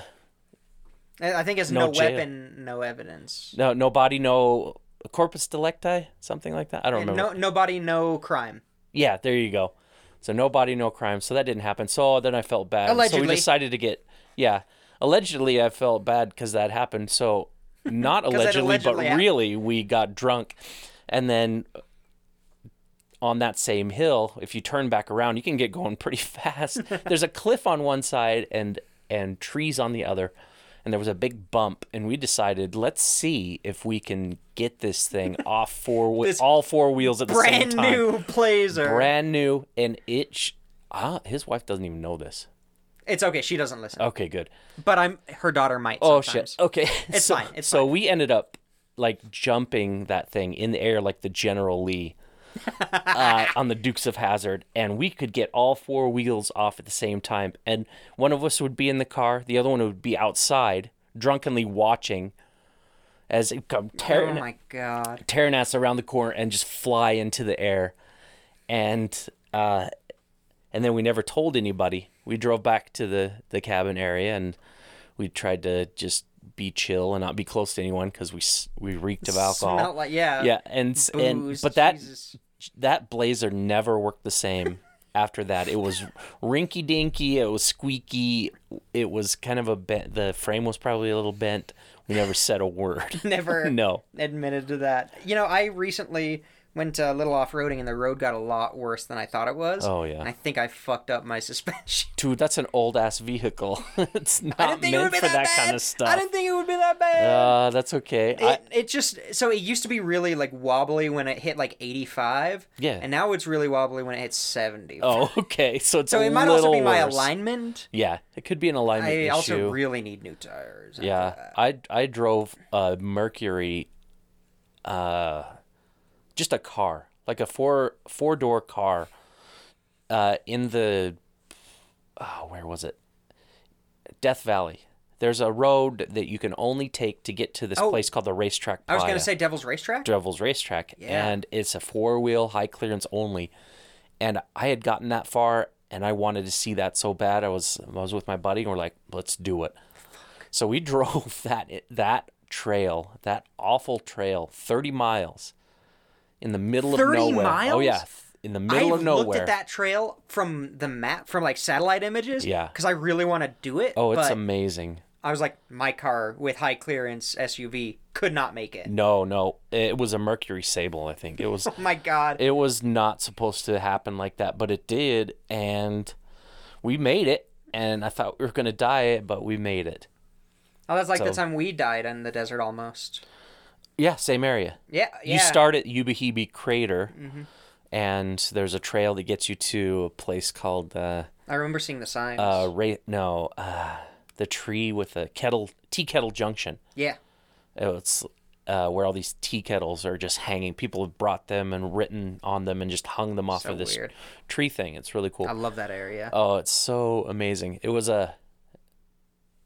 I I think it's
No
no,
jail.
weapon, no evidence.
no no body no corpus delicti something like that i don't
No,
remember
no body, no crime.
yeah there you go so no body no crime so that didn't happen so then i felt bad so
Allegedly.
we decided to get yeah allegedly i felt bad because that happened so not allegedly,
allegedly
but
happened.
really we got drunk and then on that same hill, if you turn back around, you can get going pretty fast. There's a cliff on one side and and trees on the other, and there was a big bump, and we decided let's see if we can get this thing off four whe-
This
all four wheels at the same
Brand
time.
new blazer.
Brand new, and it. Sh- ah, his wife doesn't even know this.
It's okay. She doesn't listen,
Okay, good.
but I'm her daughter might.
Oh
sometimes.
shit. Okay.
It's
so,
fine, it's
so we ended up like jumping that thing in the air like the General Lee uh, on the Dukes of Hazard, and we could get all four wheels off at the same time. And one of us would be in the car, the other one would be outside, drunkenly watching as it come
Oh
tearing
my god.
tearing us around the corner and just fly into the air. And uh, and then we never told anybody. We drove back to the, the cabin area and we tried to just be chill and not be close to anyone because we s- we reeked of alcohol.
Smelled like yeah.
Oh. yeah, and s- and
booze,
but that
Jesus.
that blazer never worked the same after that. It was rinky dinky. It was squeaky. It was kind of a bent. The frame was probably a little bent. We never said a word.
never
no.
admitted to that. You know, I recently went a little off roading and the road got a lot worse than I thought it was.
Oh, yeah.
And I think I fucked up my suspension.
Dude, that's an old ass vehicle. it's
I
not
didn't think it would
meant
be
for that,
that, bad.
kind of stuff.
I didn't think it would be that bad.
uh, that's okay. I,
it, it just so it used to be really like wobbly when it hit like 85
Yeah.
and now it's really wobbly when it hits 70
oh, okay. So it's
so
a
it might
little
also be my
worse.
alignment
Yeah, it could be an alignment
i
issue.
also really need new tires after
yeah,
that.
I I drove a Mercury, uh, just a car, like a four four door car, uh, in the, oh, where was it? Death Valley. There's a road that you can only take to get to this
Oh.
place called the Racetrack.
i was gonna
Playa.
say devil's racetrack
Devil's Racetrack,
Yeah.
and it's a four wheel high clearance only. And I had gotten that far, and I wanted to see that so bad. I was I was with my buddy, and we're like, let's do it. So we drove that that trail, that awful trail, thirty miles, in the middle of
30
nowhere. Oh
miles?
yeah, th- in the
i
middle of
looked
nowhere.
at that trail from the map from like satellite images
Yeah.
because i really want to do it
oh, it's
but
amazing.
i was like my car with high clearance suv could not make it
No, no, it was a Mercury Sable, I think. It was
oh my god
it was not supposed to happen like that, but it did, and we made it. And I thought we were gonna die it, but we made it.
oh that's like the
so-
time we died in the desert almost
Yeah, same area.
yeah, yeah. Mm-hmm.
You start at Ubahebe Crater, and there's a trail that gets you to a place called uh,
i remember seeing the signs
uh Ra- no uh, the tree with a kettle tea kettle junction.
yeah
Oh, It's uh, where all these tea kettles are just hanging. People have brought them and written on them and just hung them off
So
of this
weird.
tree thing. It's really cool.
I love that area.
Oh, it's so amazing. It was a,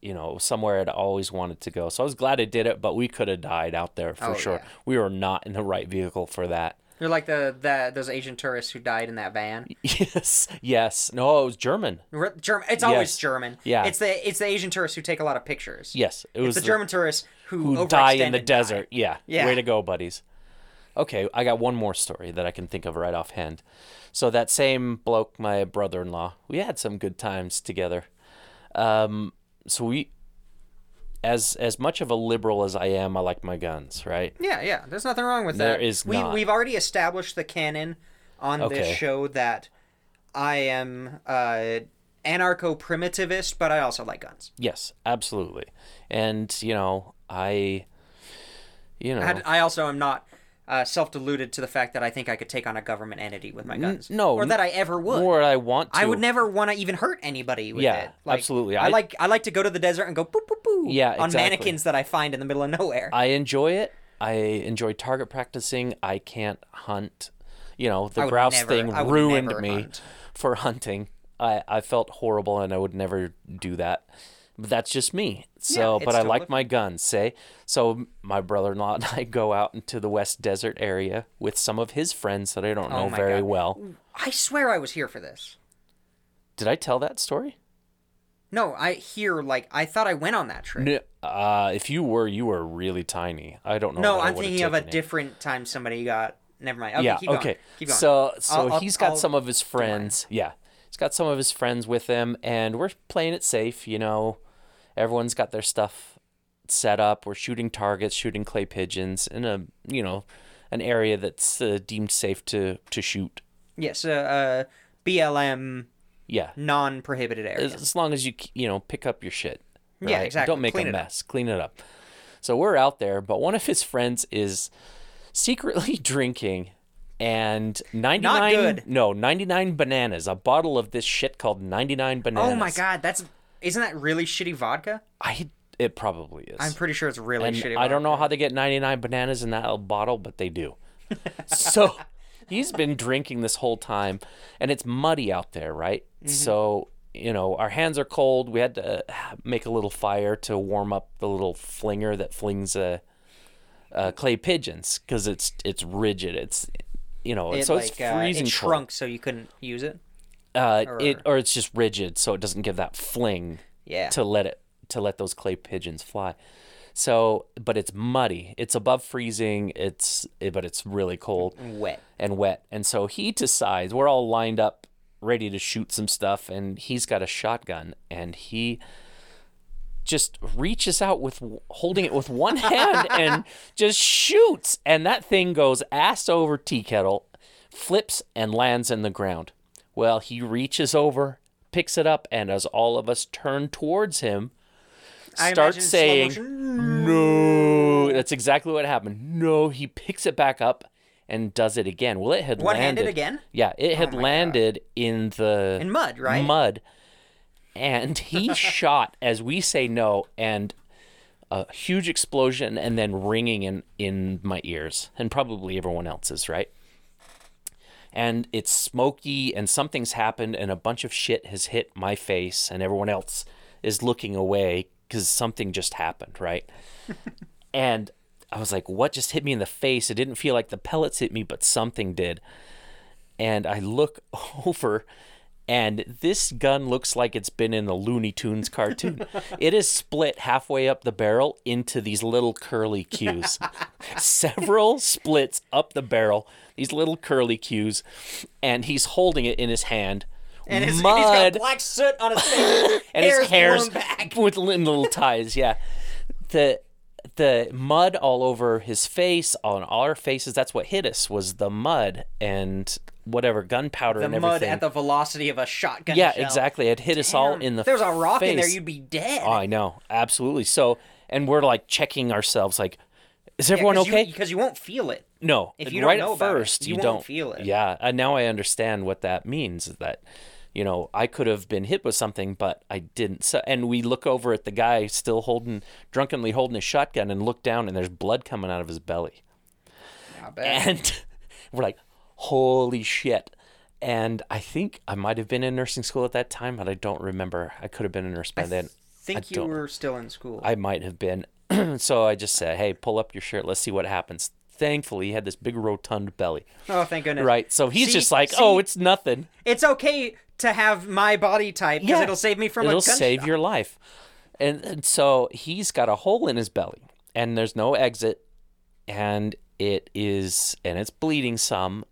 you know, somewhere I'd always wanted to go. So I was glad I did it, but we could have died out there for
Oh,
sure.
yeah.
We were not in the right vehicle for that.
You're like the, the those Asian tourists who died in that van.
Yes, yes. No, it was German.
Re- Germ- it's always
Yes.
German.
Yeah.
It's the it's the Asian tourists who take a lot of pictures.
Yes, it
It's
was
the, German tourists who,
who die
overextend
in the
and die.
desert. Yeah.
Yeah.
Way to go, buddies. Okay, I got one more story that I can think of right offhand. So that same bloke, my brother-in-law, we had some good times together. Um, so we, as as much of a liberal as I am, I like my guns, right?
Yeah, yeah. There's nothing wrong with
There
that.
is
we
not.
we've already established the canon on
Okay.
this show that I am uh anarcho primitivist, but I also like guns.
Yes, absolutely. And you know, I, you know,
I, had- I also am not uh, self deluded to the fact that I think I could take on a government entity with my guns.
no,
or that I ever would.
more I want to.
I would never want to even hurt anybody with
Yeah,
it. Like,
absolutely.
I,
I-
like I like to go to the desert and go poo poo poo
Yeah,
on
exactly.
mannequins that I find in the middle of nowhere.
I enjoy it. I enjoy target practicing. I can't hunt. You know, the
would
grouse
never-
thing
I would
ruined
never
me
hunt.
for hunting. I, I felt horrible and I would never do that. But that's just me. So,
it's
but I like
totally-
my guns, say. So my brother in law and I go out into the West Desert area with some of his friends that I don't know
Oh my
very
God.
well.
I swear I was here for this.
Did I tell that story?
No, I hear like I thought I went on that trip.
No, uh, if you were, you were really tiny. I don't know.
No,
that Oh, I
I'm
would've
thinking of a
taken you.
different time somebody got. Never mind. Okay,
yeah.
keep going.
okay.
Keep going.
So so
I'll- I'll-
he's got
I'll-
some of his friends. Yeah, he's got some of his friends with him, and we're playing it safe. You know, everyone's got their stuff set up. We're shooting targets, shooting clay pigeons in a you know an area that's uh, deemed safe to to shoot.
yes, uh, uh, BLM
Yeah,
non-prohibited area.
as, as long as you k- you know pick up your shit.
Yeah,
right?
exactly.
Don't make
Clean
a
it up.
mess. Clean it up. So we're out there, but one of his friends is secretly drinking and 99
good.
no 99 bananas a bottle of this shit called 99 bananas
oh my god, that's isn't that really shitty vodka?
i it probably is
I'm pretty sure it's really
and
shitty.
I don't
vodka.
know how they get 99 bananas in that little bottle, but they do. so he's been drinking this whole time, and it's muddy out there, right?
Mm-hmm.
So, you know, our hands are cold. We had to uh, make a little fire to warm up the little flinger that flings uh, uh, clay pigeons because it's it's rigid. It's, you know,
It,
so
like,
it's freezing
uh, it
cold.
shrunk, so you couldn't use it.
Uh, it or it's just rigid, so it doesn't give that fling
Yeah.
to let it to let those clay pigeons fly. So, but it's muddy. It's above freezing. It's it- but it's really cold
Wet.
and wet. And so he decides we're all lined up, ready to shoot some stuff, and he's got a shotgun, and he just reaches out with holding it with one hand and just shoots, and that thing goes ass over tea kettle, flips and lands in the ground. Well, he reaches over, picks it up, and as all of us turn towards him,
I imagine
starts
slow
saying,
motion.
no, that's exactly what happened. No, he picks it back up and does it again. Well, it had
One-handed
landed
again? Oh
Yeah, it had landed in the
In mud, right?
Mud, and he shot as we say no, and a huge explosion, and then ringing in in my ears, and probably everyone else's, right? And it's smoky, and something's happened, and a bunch of shit has hit my face, and everyone else is looking away because something just happened, right? and I was like, what just hit me in the face? It didn't feel like the pellets hit me, but something did. And I look over, and this gun looks like it's been in a Looney Tunes cartoon. it is split halfway up the barrel into these little curly cues. Several splits up the barrel, these little curly cues, and he's holding it in his hand.
and his,
mud
and he's got black soot on his face.
and his hair's
blown back.
with li- little ties. Yeah, the the mud all over his face, on our faces. That's what hit us was the mud and whatever gunpowder and
The
everything.
mud at the velocity of a shotgun.
yeah,
shell.
exactly. It hit us all
Damn.
in the.
If there was a rock in there,
face. Oh,
you'd be dead.
I know, absolutely. So, and we're like checking ourselves, like, is everyone okay?
Because you, won't feel it.
No.
If
and
you don't
right
know
at
about it,
first,
you
you,
won't
don't
feel it.
Yeah, and now I understand what that means. Is that you know I could have been hit with something, but I didn't. So, and we look over at the guy still holding, drunkenly holding his shotgun, and look down, and there's blood coming out of his belly,
I bet.
and we're like, "Holy shit!" And I think I might have been in nursing school at that time, but I don't remember. I could have been a nurse by then.
think you
don't-
were still in school.
I might have been. so I just said, "Hey, pull up your shirt. Let's see what happens." Thankfully, he had this big rotund belly.
oh, thank goodness.
Right. So he's
See-
just like,
see,
oh, it's nothing.
it's okay to have my body type because
Yeah.
it'll save me from
It'll
a gun.
save your life. And, and so he's got a hole in his belly, and there's no exit, and it is, and it's bleeding some,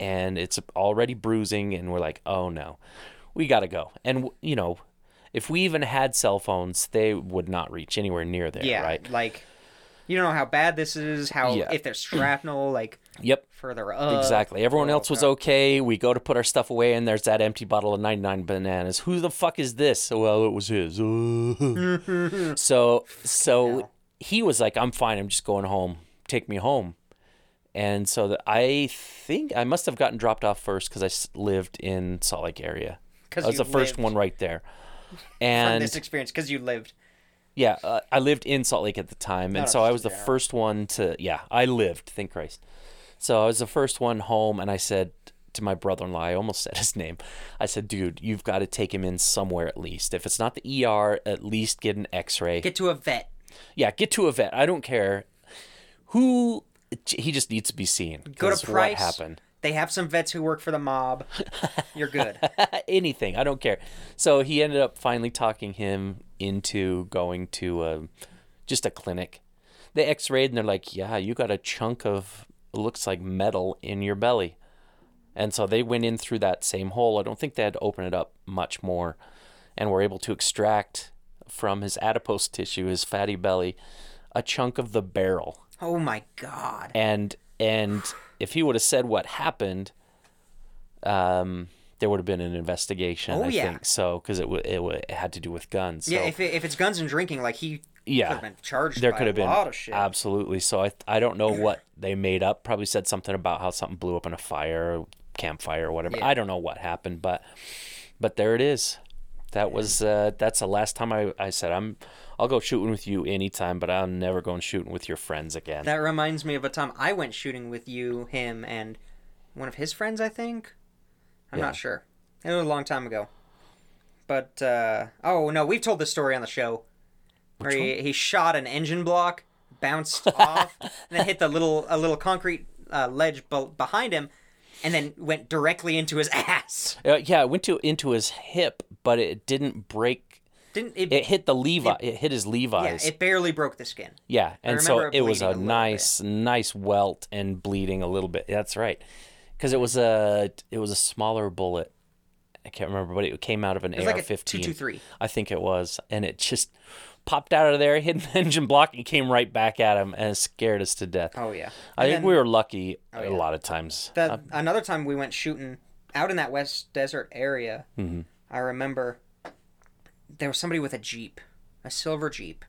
and it's already bruising, and we're like, oh no, we gotta go. And you know, if we even had cell phones, they would not reach anywhere near there,
yeah,
right?
like you don't know how bad this is. How
Yeah.
if there's shrapnel, like
Yep.
further up.
Exactly. Everyone
Further
else was
up.
okay. We go to put our stuff away, and there's that empty bottle of 99 bananas. Who the fuck is this? Well, it was his. so, so he was like, "I'm fine. I'm just going home. Take me home." And so that I think I must have gotten dropped off first because I s- lived in Salt Lake area.
'Cause
That was
you
the first
lived.
one right there.
from
And
this experience because you lived.
yeah, uh, I lived in Salt Lake at the time, and
no,
so I was the
yeah.
first one to. Yeah, I lived. Thank Christ. So I was the first one home, and I said to my brother-in-law, I almost said his name. I said, "Dude, you've got to take him in somewhere at least. If it's not the ER, at least get an X-ray.
Get to a vet.
yeah, get to a vet. I don't care who. He just needs to be seen.
Go
'cause
to Price.
What happened?
They have some vets who work for the mob. You're good.
anything. I don't care. So he ended up finally talking him into going to um just a clinic. They x-rayed and they're like, "Yeah, you got a chunk of looks like metal in your belly." And so they went in through that same hole. I don't think they had to open it up much more and were able to extract from his adipose tissue, his fatty belly, a chunk of the barrel
Oh my god.
and and if he would have said what happened, um, there would have been an investigation.
Oh,
I
yeah.
think so because it, w- it, w- it had to do with guns. So,
yeah, if, it, if it's guns and drinking, like he
Yeah.
could have been charged.
there
by
could have
a
been
lot of shit.
absolutely. So I I don't know what they made up. Probably said something about how something blew up in a fire, campfire, or whatever.
Yeah.
I don't know what happened, but but there it is. That was uh, that's the last time I, I said I'm I'll go shooting with you anytime, but I'm never going shooting with your friends again.
That reminds me of a time I went shooting with you, him, and one of his friends, I think. I'm not sure. It was a long time ago. But, uh, oh no, we've told this story on the show. where he, he shot an engine block, bounced off, and then hit the little a little concrete uh, ledge b- behind him, and then went directly into his ass.
Uh, yeah, it went to into his hip, but it didn't break.
Didn't it?
It hit the Levi. It, hit his
yeah,
Levi's. Yeah,
it barely broke the skin.
and so
remember it
it was
bleeding a
a
little
nice, nice welt and bleeding a little bit. That's right, because it was a it was a smaller bullet. I can't remember, but it came out of an
It was like a
AR-15.
two two three.
I think it was, and it just popped out of there, hit an engine block, and came right back at him, and it scared us to death.
Oh yeah.
I
And
think
then- Oh,
we were lucky a lot of times.
That another time we went shooting out in that West Desert area.
Mm-hmm.
I remember there was somebody with a jeep, a silver jeep,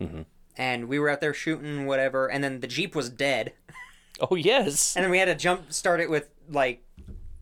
Mm-hmm.
and we were out there shooting whatever. And then the jeep was dead,
oh yes.
and then we had to jump start it with like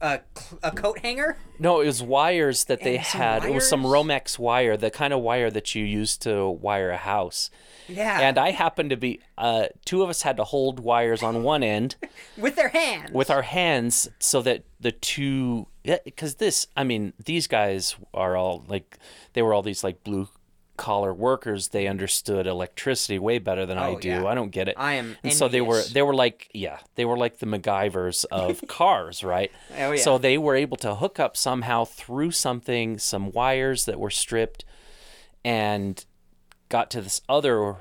a cl- a coat hanger.
No, it was wires that they
And some
had. It was some
wires?
Romex wire, the kind of wire that you use to wire a house.
Yeah,
And I happened to be, uh, two of us had to hold wires on one end
with their hands.
with our hands so that the two, because this, I mean, these guys are all like, they were all these like blue collar workers. They understood electricity way better than I
Oh,
do.
yeah.
I don't get it.
I am
And so they were
envious.
they were like yeah they were like the MacGyvers of cars right
Oh, yeah.
so they were able to hook up somehow through something some wires that were stripped and got to this other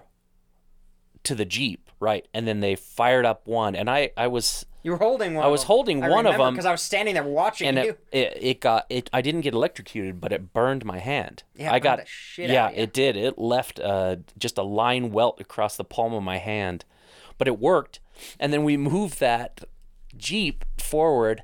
to the jeep right and then they fired up one and I I was
you were holding one. I
was holding one of them,
because I was standing there watching
and
you.
it, it, it got it I didn't get electrocuted but it burned my hand
Yeah, it
I
burned
got
the shit
yeah
out of you.
it did it left uh, just a line welt across the palm of my hand but it worked and then we moved that jeep forward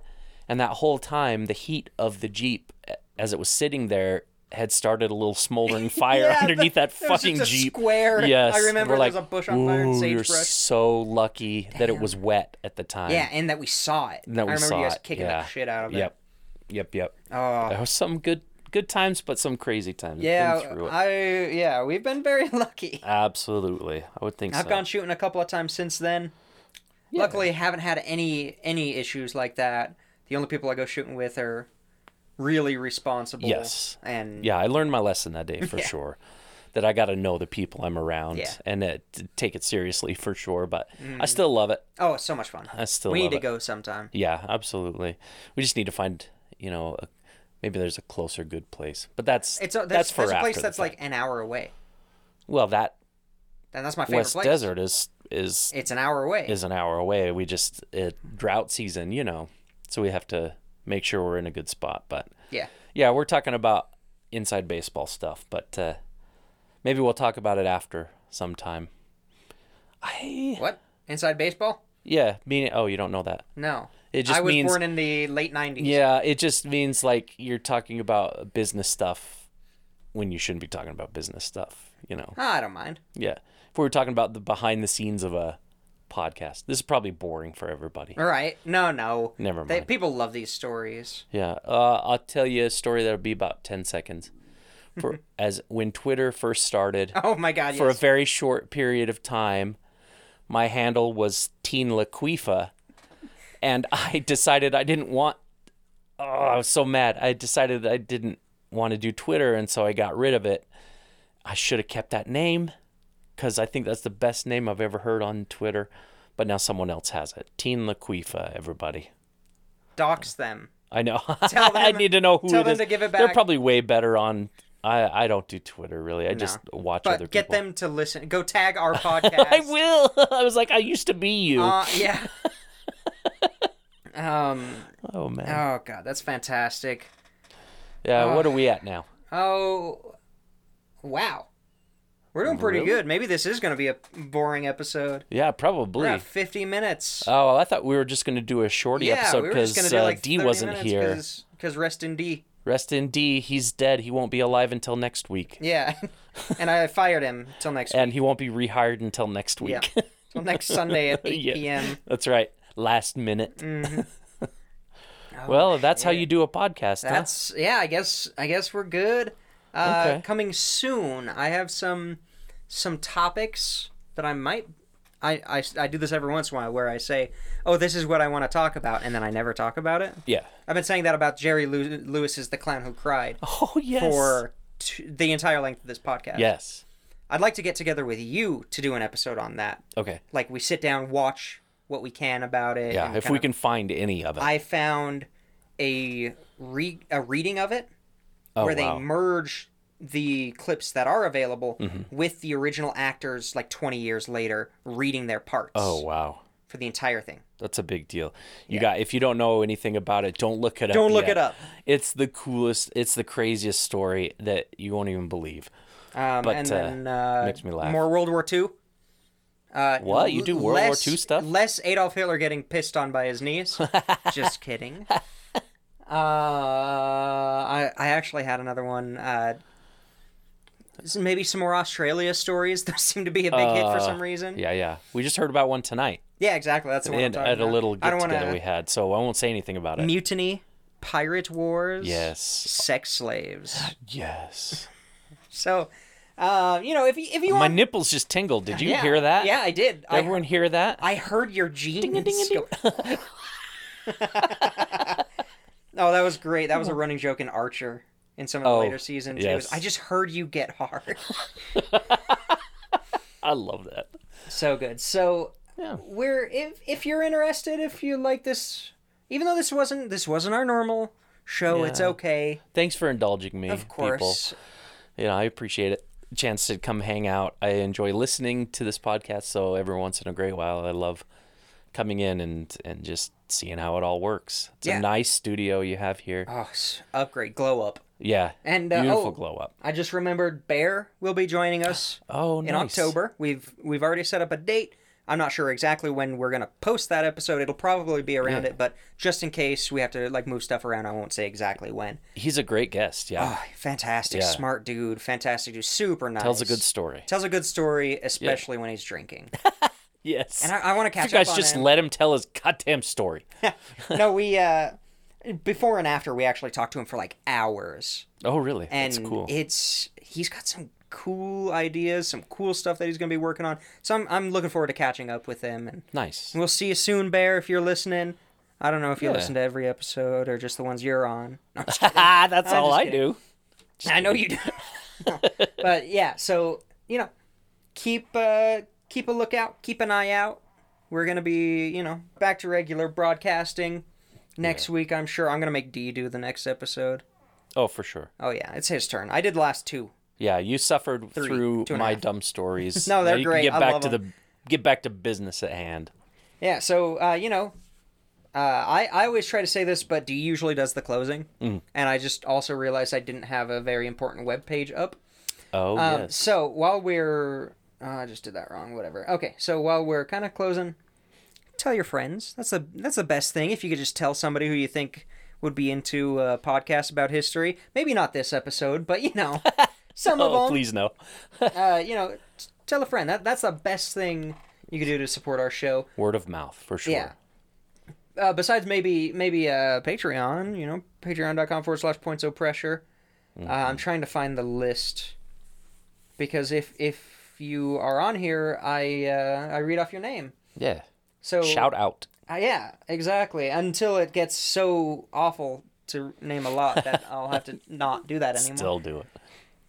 and that whole time the heat of the jeep a- as it was sitting there had started a little smoldering fire
Yeah,
underneath
the-
that
there was
fucking
just a
jeep
square.
yes
I remember
we're
there was
like,
a bush on fire and
"Ooh, you're
sagebrush."
so lucky that it was wet at the time
yeah, and that we saw it.
that we
I remember
saw
you guys
it.
kicking
yeah.
the shit out of it.
Yep, yep, yep.
Oh.
There was some good good times, but some crazy times. Been
Yeah,
through it.
I yeah, we've been very lucky.
absolutely. I would think
I've
so.
gone shooting a couple of times since then. Luckily, haven't had any any issues like that. The only people I go shooting with are really responsible.
Yes.
and
yeah, I learned my lesson that day for sure. That I got to know the people I'm around
Yeah.
and uh, t- take it seriously for sure. But I still love it.
oh, it's so much fun.
I still
we
love
need to
it.
go sometime.
Yeah, absolutely. We just need to find, you know, a, maybe there's a closer good place. But that's
It's a, there's,
that's for
there's a
after
place
the
that's
fact.
like an hour away,
well that
and that's my favorite
West
place.
Desert is is
It's an hour away.
is an hour away. We just it, drought season, you know, so we have to make sure we're in a good spot. But
yeah,
yeah, we're talking about inside baseball stuff, but uh, maybe we'll talk about it after sometime. I
what inside baseball?
Yeah, meaning oh, you don't know that.
No.
It just
I was
means-
born in the late 90s.
Yeah, it just means like you're talking about business stuff when you shouldn't be talking about business stuff, you know.
Ah, I don't mind.
Yeah. If we were talking about the behind the scenes of a podcast, this is probably boring for everybody.
All right. No, no.
Never
They,
mind.
people love these stories.
Yeah, uh, I'll tell you a story that'll be about ten seconds. For as when Twitter first started,
Oh my god,
for a
yes.
very short period of time, my handle was Teen Laquifa, and I decided I didn't want. Oh, I was so mad. I decided I didn't want to do Twitter, and so I got rid of it. I should have kept that name, because I think that's the best name I've ever heard on Twitter. But now someone else has it. Teen Laquifa, everybody.
dox them.
I know.
Tell
I
them-
need to know who.
tell
it
them
is.
to give it
They're
back.
probably way better on. I I don't do Twitter really. I just watch other
But get
people.
them to listen. Go tag our podcast.
I will. I was like, I used to be you.
Uh, yeah. um.
oh man.
Oh god, that's fantastic.
yeah. what are we at now?
Oh, wow. We're doing pretty
Really?
good. Maybe this is going to be a boring episode.
Yeah, probably.
We're at 50 minutes.
Oh, I thought we were just gonna do a shorty episode because
gonna
uh, D wasn't here.
Because rest in D.
Rest in D. He's dead. He won't be alive until next week,
Yeah. and I fired him till next
and he won't be rehired until next
Yeah.
week.
till next Sunday at 8
Yeah.
p.m.
that's right. Last minute.
Mm-hmm.
well, that's how you do a podcast. huh?
Oh, That's yeah. I guess I guess we're good. Uh,
Okay.
Coming soon. I have some some topics that I might. I, I, I do this every once in a while where I say, oh, this is what I want to talk about, and then I never talk about it.
Yeah.
I've been saying that about Jerry Lew- Lewis's The Clown Who Cried
Oh yes.
for t- the entire length of this podcast.
Yes.
I'd like to get together with you to do an episode on that.
Okay.
Like we sit down, watch what we can about it.
Yeah.
and
If
kind
we
of-
can find any of it.
I found a re- a reading of it
oh
where
wow.
they merge the clips that are available
Mm-hmm.
with the original actors like 20 years later reading their parts
oh wow.
for the entire thing.
That's a big deal. You got if you don't know anything about it, don't look it up.
Don't look
yet.
it up.
It's the coolest. It's the craziest story that you won't even believe.
Um,
But,
and
uh,
then uh,
makes me laugh.
more World War II. Uh,
What? You do World War
less-
II stuff?
Less Adolf Hitler getting pissed on by his niece. Just kidding. Uh, I I actually had another one. Uh, s- maybe some more Australia stories. Those seem to be a big hit for
Uh,
some reason. Yeah,
Yeah, yeah. We just heard about one tonight
exactly. That's the one I'm
and
talking
at a
about.
little
I
get
don't
together
wanna-
we had, so I won't say anything about it.
mutiny, pirate wars,
yes,
sex slaves.
yes.
So, uh, you know, if you, if you
My
want,
nipples just tingled. Did you
Yeah.
hear that?
Yeah, I did.
Did
I
everyone hear that?
I heard your jeans.
ding-a-ding.
go- oh, that was great. That was a running joke in Archer in some of the
Oh,
later seasons. It was,
yes.
I just heard you get hard.
I love that.
so good. So
Yeah.
we're if if you're interested, if you like this, even though this wasn't this wasn't our normal show, it's
Yeah.
okay.
Thanks for indulging me,
Of course,
people. You know, I appreciate it. Chance to come hang out. I enjoy listening to this podcast, so every once in a great while, I love coming in and and just seeing how it all works. It's
Yeah.
a nice studio you have here.
oh, s- upgrade, glow up.
Yeah.
And, uh,
beautiful
oh.
glow up.
I just remembered Bear will be joining us.
Oh, nice.
in October. We've we've already set up a date. I'm not sure exactly when we're gonna post that episode. It'll probably be around it, but just in case we have to like move stuff around, I won't say exactly when.
He's a great guest. Yeah.
Ah, fantastic,
Yeah.
smart dude, fantastic dude, super nice.
Tells a good story.
tells a good story, especially when he's drinking.
Yes.
And I, I want to
you
catch up
guys
on
just
him.
let him tell his goddamn story.
no, we uh, before and after we actually talked to him for like hours,
Oh, really?
and
That's cool.
it's he's got some cool ideas, some cool stuff that he's gonna be working on. So I'm I'm looking forward to catching up with him and
nice.
We'll see you soon, Bear, if you're listening. I don't know if you
Yeah.
listen to every episode or just the ones you're on. No, I'm just kidding.
That's all
just
I
kidding.
do.
I know you do. but yeah, so you know, keep uh, keep a lookout, keep an eye out. We're gonna be, you know, back to regular broadcasting next week. I'm sure I'm gonna make D do the next episode.
Oh, for sure.
Oh yeah, it's his turn. I did last two.
Yeah, you suffered through
two and a
my
half.
dumb stories.
No,
Now
they're
you can
great.
Get
I
back
love
to the get back to business at hand.
Yeah, so uh, you know, uh, I I always try to say this, but D usually does the closing,
Mm.
and I just also realized I didn't have a very important web page up.
Oh,
Um,
yes.
So uh, while we're, oh, I just did that wrong. Whatever. Okay. So while we're kind of closing, tell your friends. That's the that's the best thing. If you could just tell somebody who you think would be into a podcast about history, maybe not this episode, but you know, some
oh,
of them.
please no.
Uh, you know, t- tell a friend. That that's the best thing you could do to support our show.
Word of mouth for sure.
Yeah. Uh, besides maybe maybe uh, Patreon, you know, patreon.com forward slash points of pressure. Uh,
Mm-hmm.
I'm trying to find the list because if if you are on here, I uh, I read off your name.
Yeah.
So
Shout out.
Uh, yeah, exactly. Until it gets so awful to name a lot that I'll have to not do that anymore.
Still do it.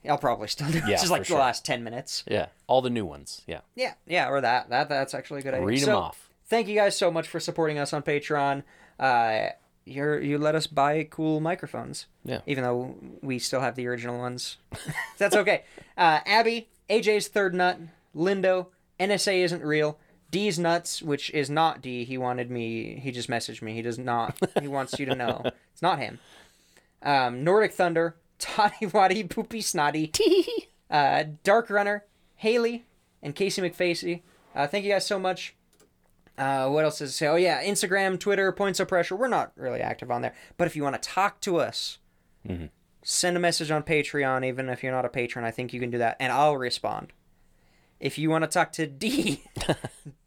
I'll probably still do. it.
Yeah,
It's just like
for
the
sure.
last ten minutes.
Yeah. All the new ones. Yeah.
Yeah, yeah, or that. That that's actually a good idea.
Read 'em
So,
off.
Thank you guys so much for supporting us on Patreon. Uh, you're you let us buy cool microphones.
Yeah.
Even though we still have the original ones, that's okay. Uh, Abby, AJ's third nut, Lindo, NSA isn't real. D's nuts, which is not D. He wanted me. He just messaged me. He does not. He wants you to know it's not him. Um, Nordic Thunder, Toddy Waddy, Poopy Snotty uh, Dark Runner, Haley, and Casey McFacey. Uh, thank you guys so much. Uh, what else is to say? Oh yeah, Instagram, Twitter, Points of Pressure. We're not really active on there, but if you want to talk to us, send a message on Patreon. Even if you're not a patron, I think you can do that, and I'll respond. If you want to talk to D,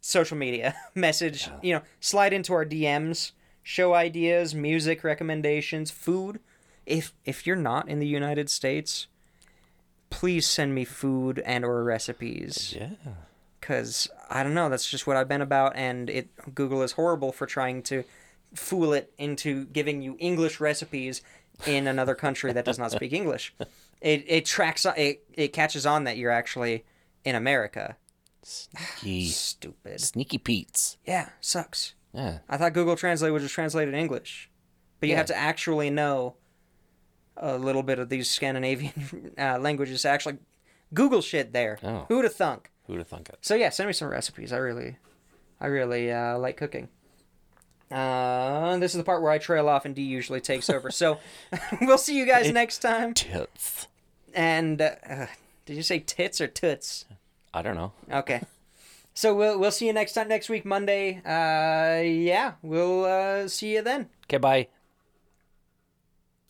social media message, you know, slide into our DMs, show ideas, music recommendations, food. If if you're not in the United States, please send me food and or recipes
Yeah.
because i don't know that's just what i've been about and it google is horrible for trying to fool it into giving you english recipes in another country that does not speak english it, it tracks it, it catches on that you're actually in america
Sneaky.
stupid
Sneaky Pete's.
yeah sucks
Yeah.
i thought google translate would just translate in english but you have to actually know a little bit of these scandinavian uh, languages to actually google shit there
Oh.
who'd have thunk
Who'd have thunk it?
so yeah, send me some recipes. I really, I really uh, like cooking. Uh, this is the part where I trail off and D usually takes over. So we'll see you guys next time.
Tits.
And uh, uh, did you say tits or toots?
I don't know.
Okay. So we'll we'll see you next time next week Monday. Uh, yeah, we'll uh, see you then.
Okay, bye.